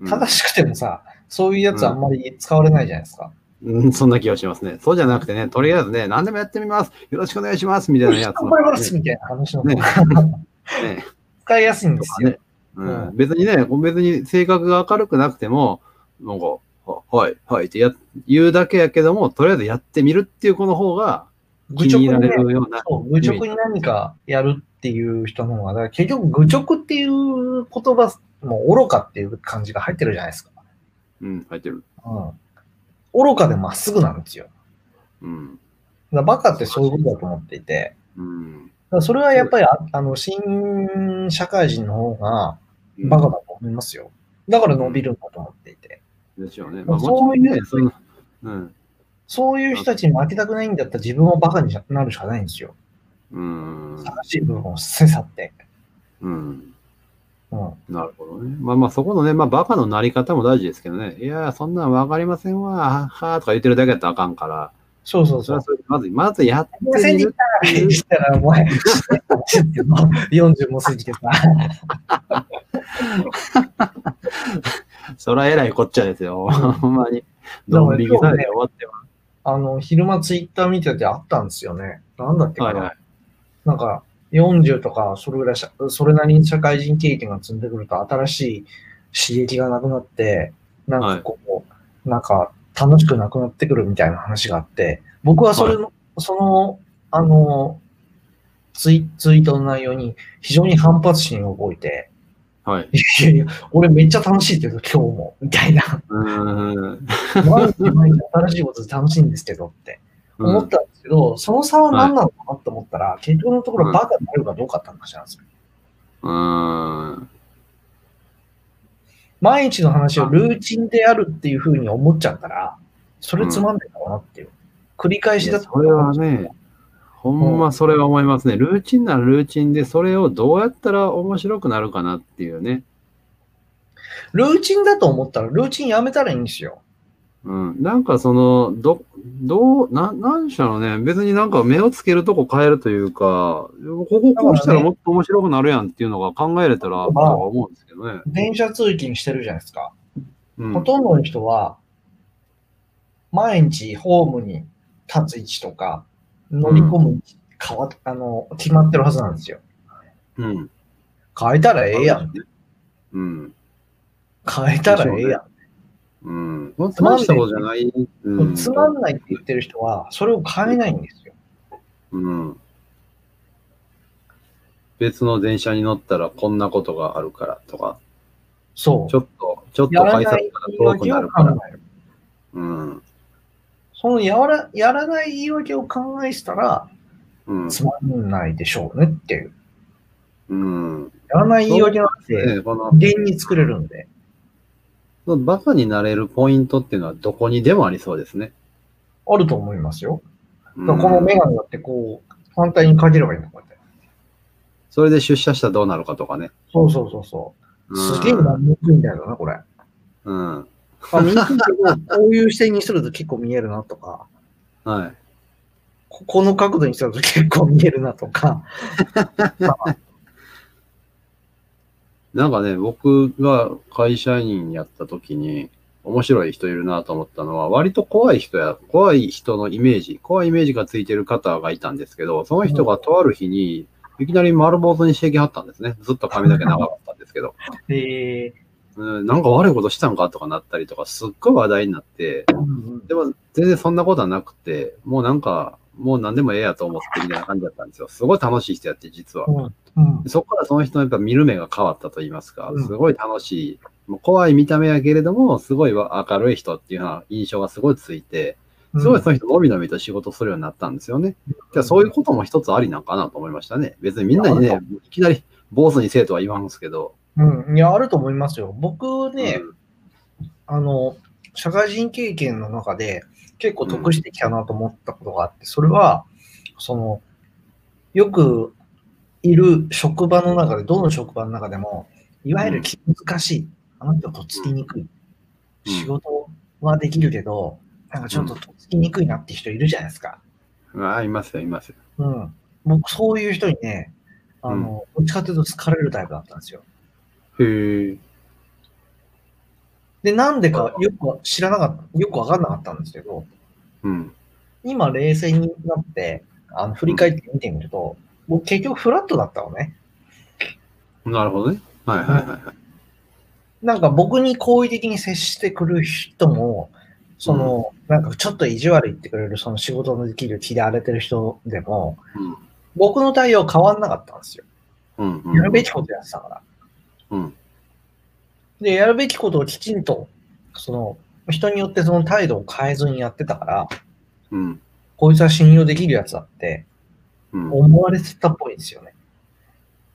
[SPEAKER 1] うん
[SPEAKER 2] 正しくてもさ、そういうやつはあんまり使われないじゃないですか。
[SPEAKER 1] うん、そんな気がしますね。そうじゃなくてね、とりあえずね、何でもやってみます。よろしくお願いします。みたいなやつ
[SPEAKER 2] 頑
[SPEAKER 1] の
[SPEAKER 2] 張り
[SPEAKER 1] 方が
[SPEAKER 2] ますみたいな話の方
[SPEAKER 1] ね。
[SPEAKER 2] が
[SPEAKER 1] ねね
[SPEAKER 2] 使いやすいんで
[SPEAKER 1] と
[SPEAKER 2] す
[SPEAKER 1] か
[SPEAKER 2] よ。
[SPEAKER 1] ね。う
[SPEAKER 2] うん
[SPEAKER 1] ん、別にね、別に性格が明るくなくても、なんか、ははい、はいってや言うだけやけども、とりあえずやってみるっていう子の方が気
[SPEAKER 2] 愚直
[SPEAKER 1] に入ら
[SPEAKER 2] に、
[SPEAKER 1] れ
[SPEAKER 2] ね、
[SPEAKER 1] るような。
[SPEAKER 2] そう愚直に何かやるっていう人の方が、だから結局愚直っていう言葉も愚かっていう感じが入ってるじゃないですか。
[SPEAKER 1] うん、入ってる。
[SPEAKER 2] うん、愚かでまっすぐなんですよ。
[SPEAKER 1] うん。
[SPEAKER 2] だからバカってそういうことだと思っていて、
[SPEAKER 1] うん。
[SPEAKER 2] だからそれはやっぱりああの新社会人の方がバカだと思いますよ。だから伸びるんだと思っていて。
[SPEAKER 1] ですよね。まあ、もち
[SPEAKER 2] そう
[SPEAKER 1] ろんね、その、うん。
[SPEAKER 2] そういう人たちに負けたくないんだったら自分をバカになるしかないんですよ。
[SPEAKER 1] うん。
[SPEAKER 2] 正しい部分を捨て去って。
[SPEAKER 1] うん。
[SPEAKER 2] うん、
[SPEAKER 1] なるほどね。まあまあ、そこのね、まあ、バカのなり方も大事ですけどね。いやー、そんなんわかりませんわ、はーとか言ってるだけやったらあかんから、
[SPEAKER 2] そうそう
[SPEAKER 1] そ
[SPEAKER 2] そ
[SPEAKER 1] れ
[SPEAKER 2] う
[SPEAKER 1] は。それでまず、まずやって
[SPEAKER 2] いません
[SPEAKER 1] み
[SPEAKER 2] で
[SPEAKER 1] る
[SPEAKER 2] し。たしたら、お前、40も過ぎてさ。
[SPEAKER 1] そらえらいこっちゃです よ。
[SPEAKER 2] うん
[SPEAKER 1] ほんまに。ドン引きされて終わってま
[SPEAKER 2] あの、昼間ツイッター見ててあったんですよね。なんだっけ
[SPEAKER 1] す。
[SPEAKER 2] か
[SPEAKER 1] はい
[SPEAKER 2] な。
[SPEAKER 1] はい。
[SPEAKER 2] なんか、40とか、それぐらいしゃ、それなりに社会人経験が積んでくると、新しい刺激がなくなって、なんかこう、なんか、楽しくなくなってくるみたいな話があって、僕はそれの、その、あの、ツイツイートの内容に非常に反発心を覚えて、
[SPEAKER 1] はい。
[SPEAKER 2] いやいや、俺めっちゃ楽しいけど、今日も、みたいな。
[SPEAKER 1] うーん。
[SPEAKER 2] 毎日毎日新しいことで楽しいんですけどって思ったんですけど、その差は何なのかなと思ったら、結局のところバカになるかどうかって話なんですよ。
[SPEAKER 1] うん。うん
[SPEAKER 2] 毎日の話をルーチンであるっていうふうに思っちゃったら、それつまんないかなっていう。繰り返
[SPEAKER 1] い
[SPEAKER 2] し
[SPEAKER 1] や
[SPEAKER 2] だと。
[SPEAKER 1] それはね、ほんまそれは思いますね。ルーチンならルーチンで、それをどうやったら面白くなるかなっていうね。
[SPEAKER 2] ルーチンだと思ったら、ルーチンやめたらいいんですよ。
[SPEAKER 1] うん。なんかその、ど、どう、な、なんしゃのね、別になんか目をつけるとこ変えるというか、こここうしたらもっと面白くなるやんっていうのが考えれたら、とは思うんですけどね。
[SPEAKER 2] 電車通勤してるじゃないですか。
[SPEAKER 1] うん
[SPEAKER 2] ほ。とんどの人は、毎日ホームに立つ位置とか、乗り込む位置変わっあの、決まってるはずなんですよ。
[SPEAKER 1] うん。
[SPEAKER 2] 変えたらええやん。。
[SPEAKER 1] うん。
[SPEAKER 2] 変えたらええやん。
[SPEAKER 1] うん。もう大したことじゃない。うん。
[SPEAKER 2] つまんないって言ってる人は、それを変えないんですよ。
[SPEAKER 1] うん。別の電車に乗ったらこんなことがあるからとか、
[SPEAKER 2] そう
[SPEAKER 1] ち。ょっと、ちょっと
[SPEAKER 2] やら
[SPEAKER 1] 改札か
[SPEAKER 2] ない言
[SPEAKER 1] ら
[SPEAKER 2] い
[SPEAKER 1] 遠く
[SPEAKER 2] 訳
[SPEAKER 1] な
[SPEAKER 2] を
[SPEAKER 1] る
[SPEAKER 2] 考
[SPEAKER 1] から。
[SPEAKER 2] える。
[SPEAKER 1] うん。
[SPEAKER 2] そのやらやらない言い訳を考えてたら、
[SPEAKER 1] うん。
[SPEAKER 2] つまんないでしょうねっていう。
[SPEAKER 1] うん。
[SPEAKER 2] やらない言い訳なんて、
[SPEAKER 1] ねこの、
[SPEAKER 2] 無限に作れるんで。
[SPEAKER 1] そのバカになれるポイントっていうのはどこにでもありそうですね。
[SPEAKER 2] あると思いますよ。
[SPEAKER 1] う
[SPEAKER 2] だ
[SPEAKER 1] ん
[SPEAKER 2] からこのメガネだってこう、反対にかければいいんだ、こうやって。
[SPEAKER 1] それで出社したらどうなるかとかね。
[SPEAKER 2] そうそうそうそうう。
[SPEAKER 1] ん
[SPEAKER 2] すげえな、見くいんだよな、これ。
[SPEAKER 1] うん。
[SPEAKER 2] あ、見にくいけど、こういう視点にすると結構見えるなとか、
[SPEAKER 1] はい。
[SPEAKER 2] ここの角度にすると結構見えるなとか、
[SPEAKER 1] なんかね、僕が会社員やった時に、面白い人いるなと思ったのは、割と怖い人や、怖い人のイメージ、怖いイメージがついてる方がいたんですけど、その人がとある日に、いきなり丸坊主にしてきはったんですね。ずっと髪の毛長かったんですけ ど、
[SPEAKER 2] えー、
[SPEAKER 1] うん、なんか悪いことしたんかとかなったりとか、すっごい話題になって、
[SPEAKER 2] うんうん
[SPEAKER 1] でも、全然そんなことはなくて、もうなんか、もう何でもええやと思ってみたいな感じだったんですよ。すごい楽しい人やって、実は。
[SPEAKER 2] うん
[SPEAKER 1] そこからその人のやっぱ見る目が変わったと言いますか
[SPEAKER 2] う、ん
[SPEAKER 1] すごい楽しい。もう怖い見た目やけれども、すごい明るい人っていうような印象がすごいついて、すごいその人、のびのびと仕事するようになったんですよね。じゃあそういうことも一つありなんかなと思いましたね。別にみんなに
[SPEAKER 2] いやあ
[SPEAKER 1] ね、いきなり坊主にせえとは言わんすけど。
[SPEAKER 2] うん、いや、あると思いますよ。僕ね、
[SPEAKER 1] うん
[SPEAKER 2] あの、社会人経験の中で結構得してきたなと思ったことがあって、それは、その、よくいる職場の中で、どの職場の中でも、いわゆる気難しい、あの人とっつきにくい、
[SPEAKER 1] うん
[SPEAKER 2] 仕事はできるけど、なんかちょっととっつきにくいなって人いるじゃないですか。
[SPEAKER 1] ああ、いますよ、いますよ。
[SPEAKER 2] うん。僕、そういう人にね、あの、どっちかというと疲れるタイプだったんですよ。
[SPEAKER 1] へえ。
[SPEAKER 2] で、なんでかよく知らなかった、よくわかんなかったんですけど、
[SPEAKER 1] うん。
[SPEAKER 2] 今冷静になって、あの振り返って見てみると、僕結局フラットだったのね。
[SPEAKER 1] なるほどね。はいはいはいはい。
[SPEAKER 2] なんか僕に好意的に接してくる人も、その、なんかちょっと意地悪言ってくれる、その仕事のできる嫌われてる人でも、僕の対応変わんなかったんですよ。
[SPEAKER 1] うん。うん。
[SPEAKER 2] やるべきことやってたから。
[SPEAKER 1] うん。
[SPEAKER 2] で、やるべきことをきちんと、その、人によってその態度を変えずにやってたから、
[SPEAKER 1] うん。
[SPEAKER 2] こいつは信用できるやつだって
[SPEAKER 1] うん。
[SPEAKER 2] 思われてたっぽいんですよね。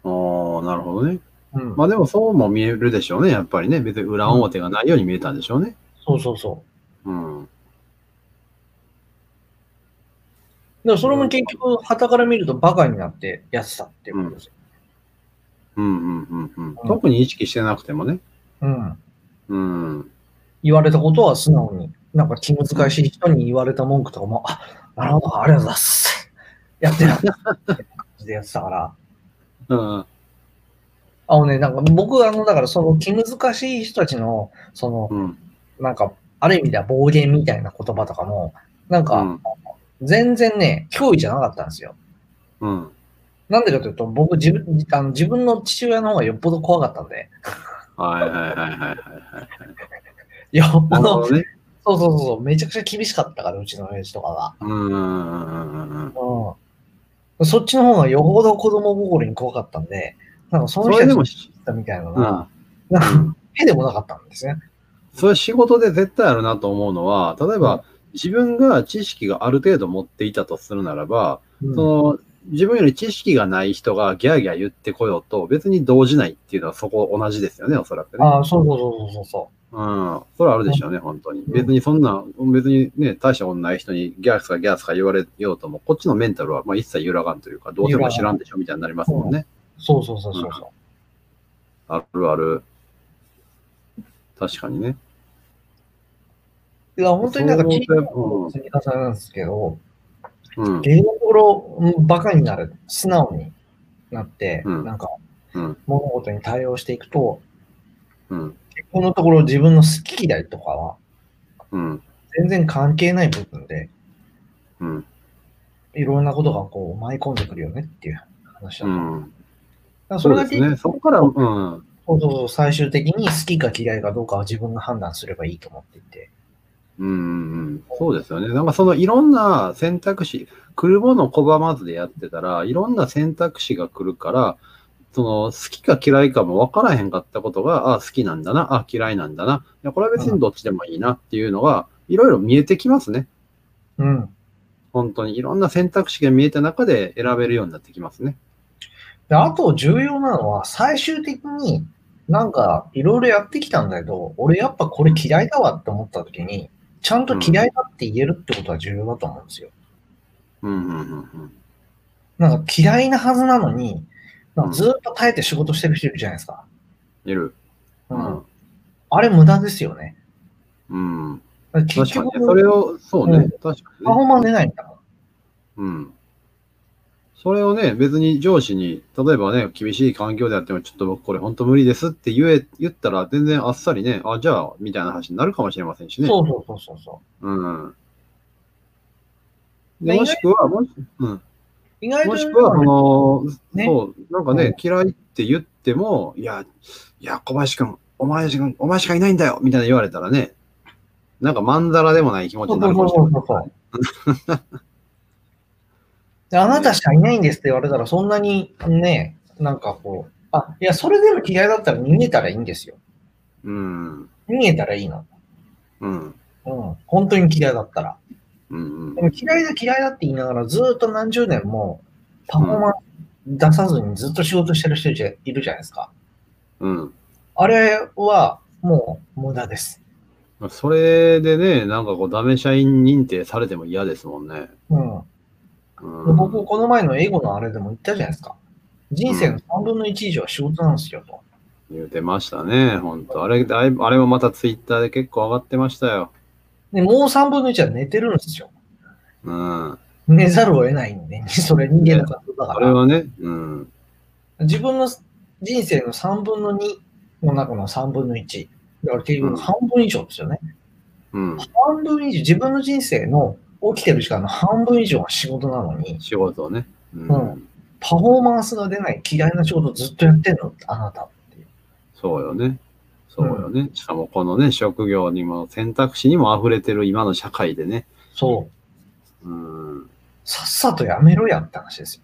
[SPEAKER 1] ああ、なるほどね。
[SPEAKER 2] うん。
[SPEAKER 1] まあでもそうも見えるでしょうね、やっぱりね。別に裏表がないように見えたんでしょうね。
[SPEAKER 2] そうそうそう。
[SPEAKER 1] うん。
[SPEAKER 2] でもそれも結局、旗から見るとバカになってやってたっていうことですよ。
[SPEAKER 1] うんうんうんうん。特に意識してなくてもね。
[SPEAKER 2] うん。
[SPEAKER 1] うん。
[SPEAKER 2] 言われたことは素直に、なんか気難しい人に言われた文句とかも、あ、なるほど、ありがとうございます。やってなかったって感じでやってたから。
[SPEAKER 1] うん。
[SPEAKER 2] あのね、なんか僕、あの、だからその気難しい人たちの、その、
[SPEAKER 1] うん。
[SPEAKER 2] なんか、ある意味では暴言みたいな言葉とかも、なん
[SPEAKER 1] う
[SPEAKER 2] か、
[SPEAKER 1] ん。
[SPEAKER 2] 全然ね、脅威じゃなかったんですよ。
[SPEAKER 1] うん。
[SPEAKER 2] なんでかというと、僕、自分、あの自分の父親の方がよっぽど怖かったんで、
[SPEAKER 1] はいはいはいはいはいはい。
[SPEAKER 2] よっ
[SPEAKER 1] な
[SPEAKER 2] ぽ
[SPEAKER 1] る
[SPEAKER 2] ど
[SPEAKER 1] ほどね。
[SPEAKER 2] そうそうそうそう、めちゃくちゃ厳しかったから、うちの親父とかが。
[SPEAKER 1] うんうんうんうんうん。
[SPEAKER 2] うん。そっちの方がよほど子供心に怖かったんで、なんかそ
[SPEAKER 1] そ
[SPEAKER 2] の人
[SPEAKER 1] れで
[SPEAKER 2] たち
[SPEAKER 1] も
[SPEAKER 2] が知
[SPEAKER 1] し、
[SPEAKER 2] ったみたいなの
[SPEAKER 1] う
[SPEAKER 2] が、
[SPEAKER 1] ん。
[SPEAKER 2] なんか、屁でもなかったんですね。
[SPEAKER 1] それ仕事で絶対あるなと思うのは、例えば自分が知識がある程度持っていたとするならば、
[SPEAKER 2] うん
[SPEAKER 1] その自分より知識がない人がギャーギャー言ってこようと別に動じないっていうのはそこ同じですよね、おそらくね。
[SPEAKER 2] ああ、そうそうそうそうそ
[SPEAKER 1] うん。それはあるでしょうね、本当に。別にそんな、別にね、大したことない人にギャースかギャースか言われようとも、こっちのメンタルはまあ一切揺らがんというか、どうせも知らんでしょみたいになりますもんね。
[SPEAKER 2] う。そうそうそうそうそう。
[SPEAKER 1] あるある。確かにね。
[SPEAKER 2] いや、本当になんか
[SPEAKER 1] そう
[SPEAKER 2] 聞いた
[SPEAKER 1] うん
[SPEAKER 2] 積み重ねなんですけど、
[SPEAKER 1] うん。
[SPEAKER 2] 芸の頃、うんバカになる、素直になって、
[SPEAKER 1] うん
[SPEAKER 2] なんか、
[SPEAKER 1] うん
[SPEAKER 2] 物事に対応していくと、
[SPEAKER 1] うん。
[SPEAKER 2] 結婚のところ自分の好き嫌いとかは
[SPEAKER 1] うん。
[SPEAKER 2] 全然関係ない部分で、
[SPEAKER 1] うん。
[SPEAKER 2] いろんなことがこう舞い込んでくるよねっていう話だ
[SPEAKER 1] う
[SPEAKER 2] と。だか
[SPEAKER 1] ん。
[SPEAKER 2] らそ
[SPEAKER 1] そ
[SPEAKER 2] れ
[SPEAKER 1] う
[SPEAKER 2] だ
[SPEAKER 1] で
[SPEAKER 2] け
[SPEAKER 1] すね。そこから、うん。
[SPEAKER 2] そうそうそう最終的に好きか嫌いかどうかは自分が判断すればいいと思っていて。
[SPEAKER 1] うんうんうん、そうですよね。なんかそのいろんな選択肢、来るものを拒まずでやってたら、いろんな選択肢が来るから、その好きか嫌いかも分からへんかったことが、あ好きなんだな、あ嫌いなんだな、いやこれは別にどっちでもいいなっていうのが、いろいろ見えてきますね。
[SPEAKER 2] うん。
[SPEAKER 1] 本当にいろんな選択肢が見えた中で選べるようになってきますね。
[SPEAKER 2] で、あと重要なのは、最終的になんかいろいろやってきたんだけど、俺やっぱこれ嫌いだわって思った時に、ちゃんと嫌いだって言えるってことは重要だと思うんですよ。
[SPEAKER 1] うんうんうん
[SPEAKER 2] なんか嫌いなはずなのに、なんかずっと耐えて仕事してる人いるじゃないですか。
[SPEAKER 1] うん。いる。う
[SPEAKER 2] うん
[SPEAKER 1] ん。
[SPEAKER 2] あれ無駄ですよね。
[SPEAKER 1] うん。
[SPEAKER 2] だから結
[SPEAKER 1] 確かに、
[SPEAKER 2] 局
[SPEAKER 1] ね。それを、そうね。
[SPEAKER 2] うん
[SPEAKER 1] 確かに、ね。
[SPEAKER 2] パフォーマンス出ないんだもん。
[SPEAKER 1] うん。それをね、別に上司に、例えばね、厳しい環境であっても、ちょっと僕これ本当無理ですって言え、言ったら全然あっさりね、あ、じゃあ、みたいな話になるかもしれませんしね。
[SPEAKER 2] そうそうそうそうそう。
[SPEAKER 1] う。ん。で
[SPEAKER 2] ね
[SPEAKER 1] もしくは、もし,、うん、
[SPEAKER 2] 意外と、
[SPEAKER 1] もしくは、その、
[SPEAKER 2] ね
[SPEAKER 1] そう、なんかね、嫌いって言っても、いや、いや、小林君、お前しか、お前しかいないんだよみたいな言われたらね、なんかまんざらでもない気持ち
[SPEAKER 2] そう
[SPEAKER 1] にな
[SPEAKER 2] そう
[SPEAKER 1] るか
[SPEAKER 2] そう
[SPEAKER 1] もしれ
[SPEAKER 2] そ
[SPEAKER 1] な
[SPEAKER 2] う
[SPEAKER 1] い。
[SPEAKER 2] そう。であなたしかいないんですって言われたら、そんなにね、なんかこう、あ、いや、それでも嫌いだったら逃げたらいいんですよ。
[SPEAKER 1] うん。
[SPEAKER 2] 逃げたらいいの。
[SPEAKER 1] うん。
[SPEAKER 2] うん。本当に嫌いだったら。
[SPEAKER 1] うん。
[SPEAKER 2] でも嫌いだ嫌いだって言いながら、ずーっと何十年もパフォーマンス出さずにずっと仕事してる人いるいるじゃないですか。
[SPEAKER 1] うん。
[SPEAKER 2] あれは、もう無駄です。
[SPEAKER 1] まあそれでね、なんかこう、ダメ社員認定されても嫌ですもんね。
[SPEAKER 2] うん。
[SPEAKER 1] うん
[SPEAKER 2] で僕、この前のエゴのあれでも言ったじゃないですか。人生の3分の1以上は仕事なんですよと。
[SPEAKER 1] 言うてましたね、本当あれ、だいぶあれもまたツイッターで結構上がってましたよ。
[SPEAKER 2] で、もう3分の1は寝てるんですよ。
[SPEAKER 1] うん。
[SPEAKER 2] 寝ざるを得ないんで、 それ人間の活動だ
[SPEAKER 1] あ
[SPEAKER 2] か
[SPEAKER 1] れ
[SPEAKER 2] ら。
[SPEAKER 1] はね、うん。
[SPEAKER 2] 自分の人生の3分の2の中の3分の1。だから結
[SPEAKER 1] うん
[SPEAKER 2] 局半分以上ですよね。
[SPEAKER 1] うん。
[SPEAKER 2] 半分以上、自分の人生の起きてる時間の半分以上が仕事なのに、
[SPEAKER 1] 仕事をね。うん。
[SPEAKER 2] うパフォーマンスが出ない嫌いな仕事ずっとやってんのあなた。
[SPEAKER 1] そうよね。そうよね。しかもこのね、職業にも選択肢にも溢れてる今の社会でね。
[SPEAKER 2] そう。
[SPEAKER 1] うん。
[SPEAKER 2] さっさとやめろやって話ですよ。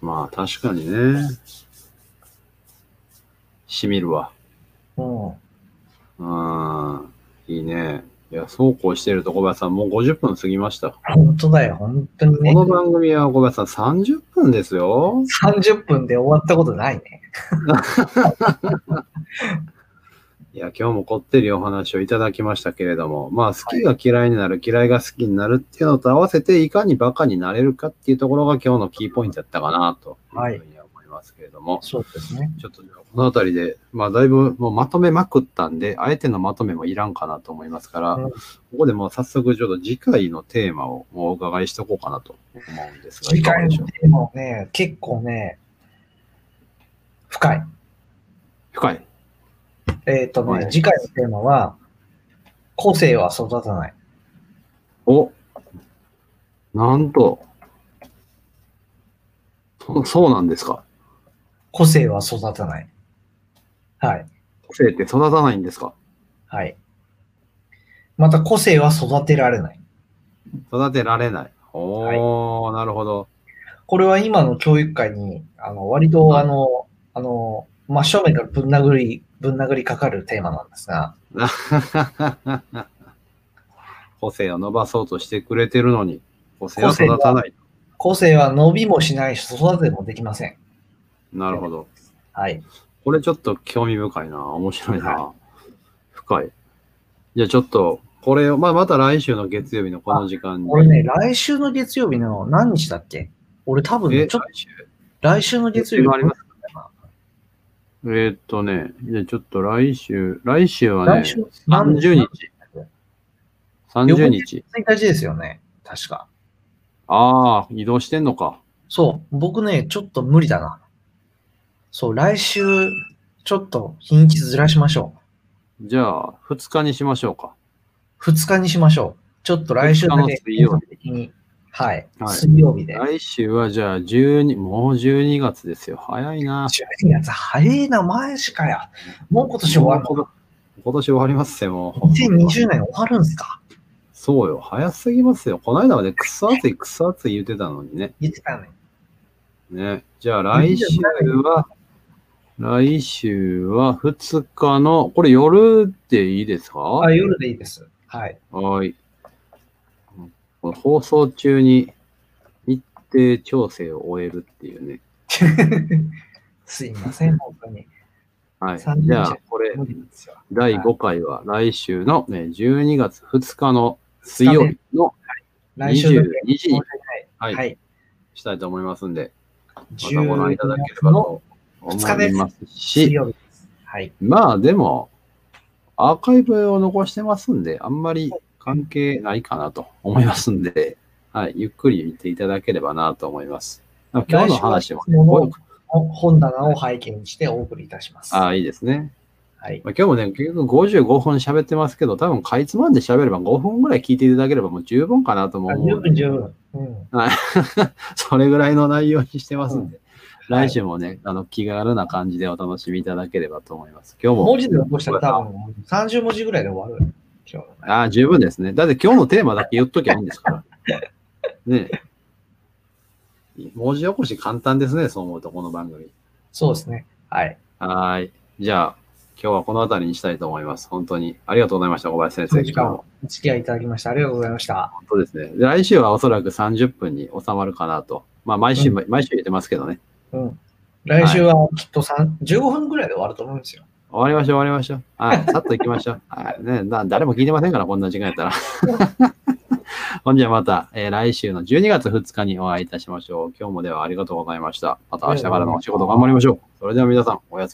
[SPEAKER 1] まあ確かにね。しみるわ。
[SPEAKER 2] うん。
[SPEAKER 1] うん。いいね。いや、そうこうしてると小林さん、もう50分過ぎました。
[SPEAKER 2] 本当だよ、本当にね
[SPEAKER 1] こ。の番組は小林さん30分ですよ。
[SPEAKER 2] 30分で終わったことないね。
[SPEAKER 1] いや、今日もこってりお話をいただきましたけれども、まあ、好きが嫌いになる、嫌いが好きになるっていうのと合わせて、いかにバカになれるかっていうところが今日のキーポイントだったかなというふうには思いますけれども、
[SPEAKER 2] そうですね。
[SPEAKER 1] ちょっとじゃあこの辺りで、まあ、だいぶもうまとめまくったんで、あえてのまとめもいらんかなと思いますから、
[SPEAKER 2] うん
[SPEAKER 1] ここでもう早速、ちょっと次回のテーマをもうお伺いしておこうかなと思うんですが、
[SPEAKER 2] 次
[SPEAKER 1] いかが
[SPEAKER 2] 回
[SPEAKER 1] でしょ
[SPEAKER 2] の
[SPEAKER 1] う
[SPEAKER 2] テーマはね、結構ね、深い。
[SPEAKER 1] 深い。
[SPEAKER 2] えっ、とね、
[SPEAKER 1] はい
[SPEAKER 2] 次回のテーマは、個性は育たない。
[SPEAKER 1] おなんと。そそうなんですか。
[SPEAKER 2] 個性は育たない。はい。
[SPEAKER 1] 個性って育たないんですか
[SPEAKER 2] はい。また個性は育てられない。
[SPEAKER 1] 育てられない。おー、なるほど。
[SPEAKER 2] これは今の教育界に、あの、割と、あの、あの、真正面からぶん殴り、ぶん殴りかかるテーマなんですが、
[SPEAKER 1] 個性を伸ばそうとしてくれてるのに、個性は育たない。
[SPEAKER 2] 個性は伸びもしないし、育てもできません。
[SPEAKER 1] なるほど。
[SPEAKER 2] はい。
[SPEAKER 1] これちょっと興味深いな。面白いな。
[SPEAKER 2] は
[SPEAKER 1] 深い。じゃあちょっと、これを、まあ、また来週の月曜日のこの時間に。
[SPEAKER 2] 俺ね、来週の月曜日の何日だっけ俺多分ね、
[SPEAKER 1] え、
[SPEAKER 2] ちょっと
[SPEAKER 1] 来週
[SPEAKER 2] 来週の月曜日
[SPEAKER 1] ありますえーっとね、じゃあちょっと来週、来週はね、
[SPEAKER 2] 来週
[SPEAKER 1] 30日。30日。
[SPEAKER 2] 1日ですよね。確か。
[SPEAKER 1] ああ、移動してんのか。
[SPEAKER 2] そう。僕ね、ちょっと無理だな。そう、来週、ちょっと日にちずらしましょ
[SPEAKER 1] じゃあ、2日にしましょうか。
[SPEAKER 2] う。2日にしましょう。ちょっと来週だ
[SPEAKER 1] 二日
[SPEAKER 2] け
[SPEAKER 1] の水曜日
[SPEAKER 2] 的に。はい。
[SPEAKER 1] はい
[SPEAKER 2] 水曜日で。
[SPEAKER 1] 来週はじゃあ12、もう12月ですよ。早いな。
[SPEAKER 2] 12月早いな、前しかや。もう今年終わるの。
[SPEAKER 1] 今年終わりますよ、もう。
[SPEAKER 2] 2020年終わるんすか
[SPEAKER 1] そうよ、早すぎますよ。この間までくそ暑い、くそ暑い言ってたのにね。
[SPEAKER 2] 言ってたよね。
[SPEAKER 1] ね。じゃあ来週は、来週は2日の、これ夜でいいですか
[SPEAKER 2] あ、夜でいいです。はい。
[SPEAKER 1] はい。この放送中に日程調整を終えるっていうね。
[SPEAKER 2] すいません、本当に。
[SPEAKER 1] はい。
[SPEAKER 2] 30
[SPEAKER 1] じゃあ、これ、
[SPEAKER 2] 無理なんですよ。
[SPEAKER 1] 第5回は来週の、ね、12月2日の水曜日の
[SPEAKER 2] 来週の
[SPEAKER 1] 22時に、は
[SPEAKER 2] はい。
[SPEAKER 1] い、
[SPEAKER 2] はい。
[SPEAKER 1] したいと思いますんで、またご覧いただ
[SPEAKER 2] 12
[SPEAKER 1] けれ
[SPEAKER 2] 月
[SPEAKER 1] ば
[SPEAKER 2] の
[SPEAKER 1] と思います
[SPEAKER 2] 水
[SPEAKER 1] し、
[SPEAKER 2] 曜日です。はい。
[SPEAKER 1] まあでも、アーカイブを残してますんで、あんまり関係ないかなと思いますんで、はい、ゆっくり見ていただければなと思います。今日の話も、ね、
[SPEAKER 2] 来本棚を背景にしてお送りいたします。
[SPEAKER 1] あ
[SPEAKER 2] は
[SPEAKER 1] あ、いいですね。
[SPEAKER 2] い。
[SPEAKER 1] まあ、今日もね、結局55分喋ってますけど、多分かいつまんで喋れば5分ぐらい聞いていただければもう十分かなとも
[SPEAKER 2] あ
[SPEAKER 1] 思
[SPEAKER 2] 十
[SPEAKER 1] う。
[SPEAKER 2] 分十分。うん。
[SPEAKER 1] それぐらいの内容にしてますんで、
[SPEAKER 2] はい
[SPEAKER 1] 来週もね、あの気軽な感じでお楽しみいただければと思います。今日も、
[SPEAKER 2] 文字で残したら多分30文字ぐらいで終わる。今日の
[SPEAKER 1] ああ、十分ですね。だって今日のテーマだけ言っときゃいいんですから。 ねえ文字起こし簡単ですね、そう思うと、この番組。
[SPEAKER 2] そうですね。はい。
[SPEAKER 1] はーい。じゃあ、今日はこの辺りにしたいと思います。本当にありがとうございました、小林先生。
[SPEAKER 2] 時間をお付き合いいただきましてありがとうございました。
[SPEAKER 1] そうですね。で来週はおそらく30分に収まるかなと。まあ、毎週、毎週入れてますけどね。
[SPEAKER 2] うん。来週はきっと三15分ぐらいで終わると思うんですよ。
[SPEAKER 1] 終わりましょう、終わりましょう。はい、さっと行きましょう。はい、ね、な誰も聞いてませんから、こんな時間やったら。 ほんじゃまた、えー来週の12月2日にお会いいたしましょう。今日もではありがとうございました。また明日からのお仕事頑張りましょう。それでは皆さん、おやすみなさい。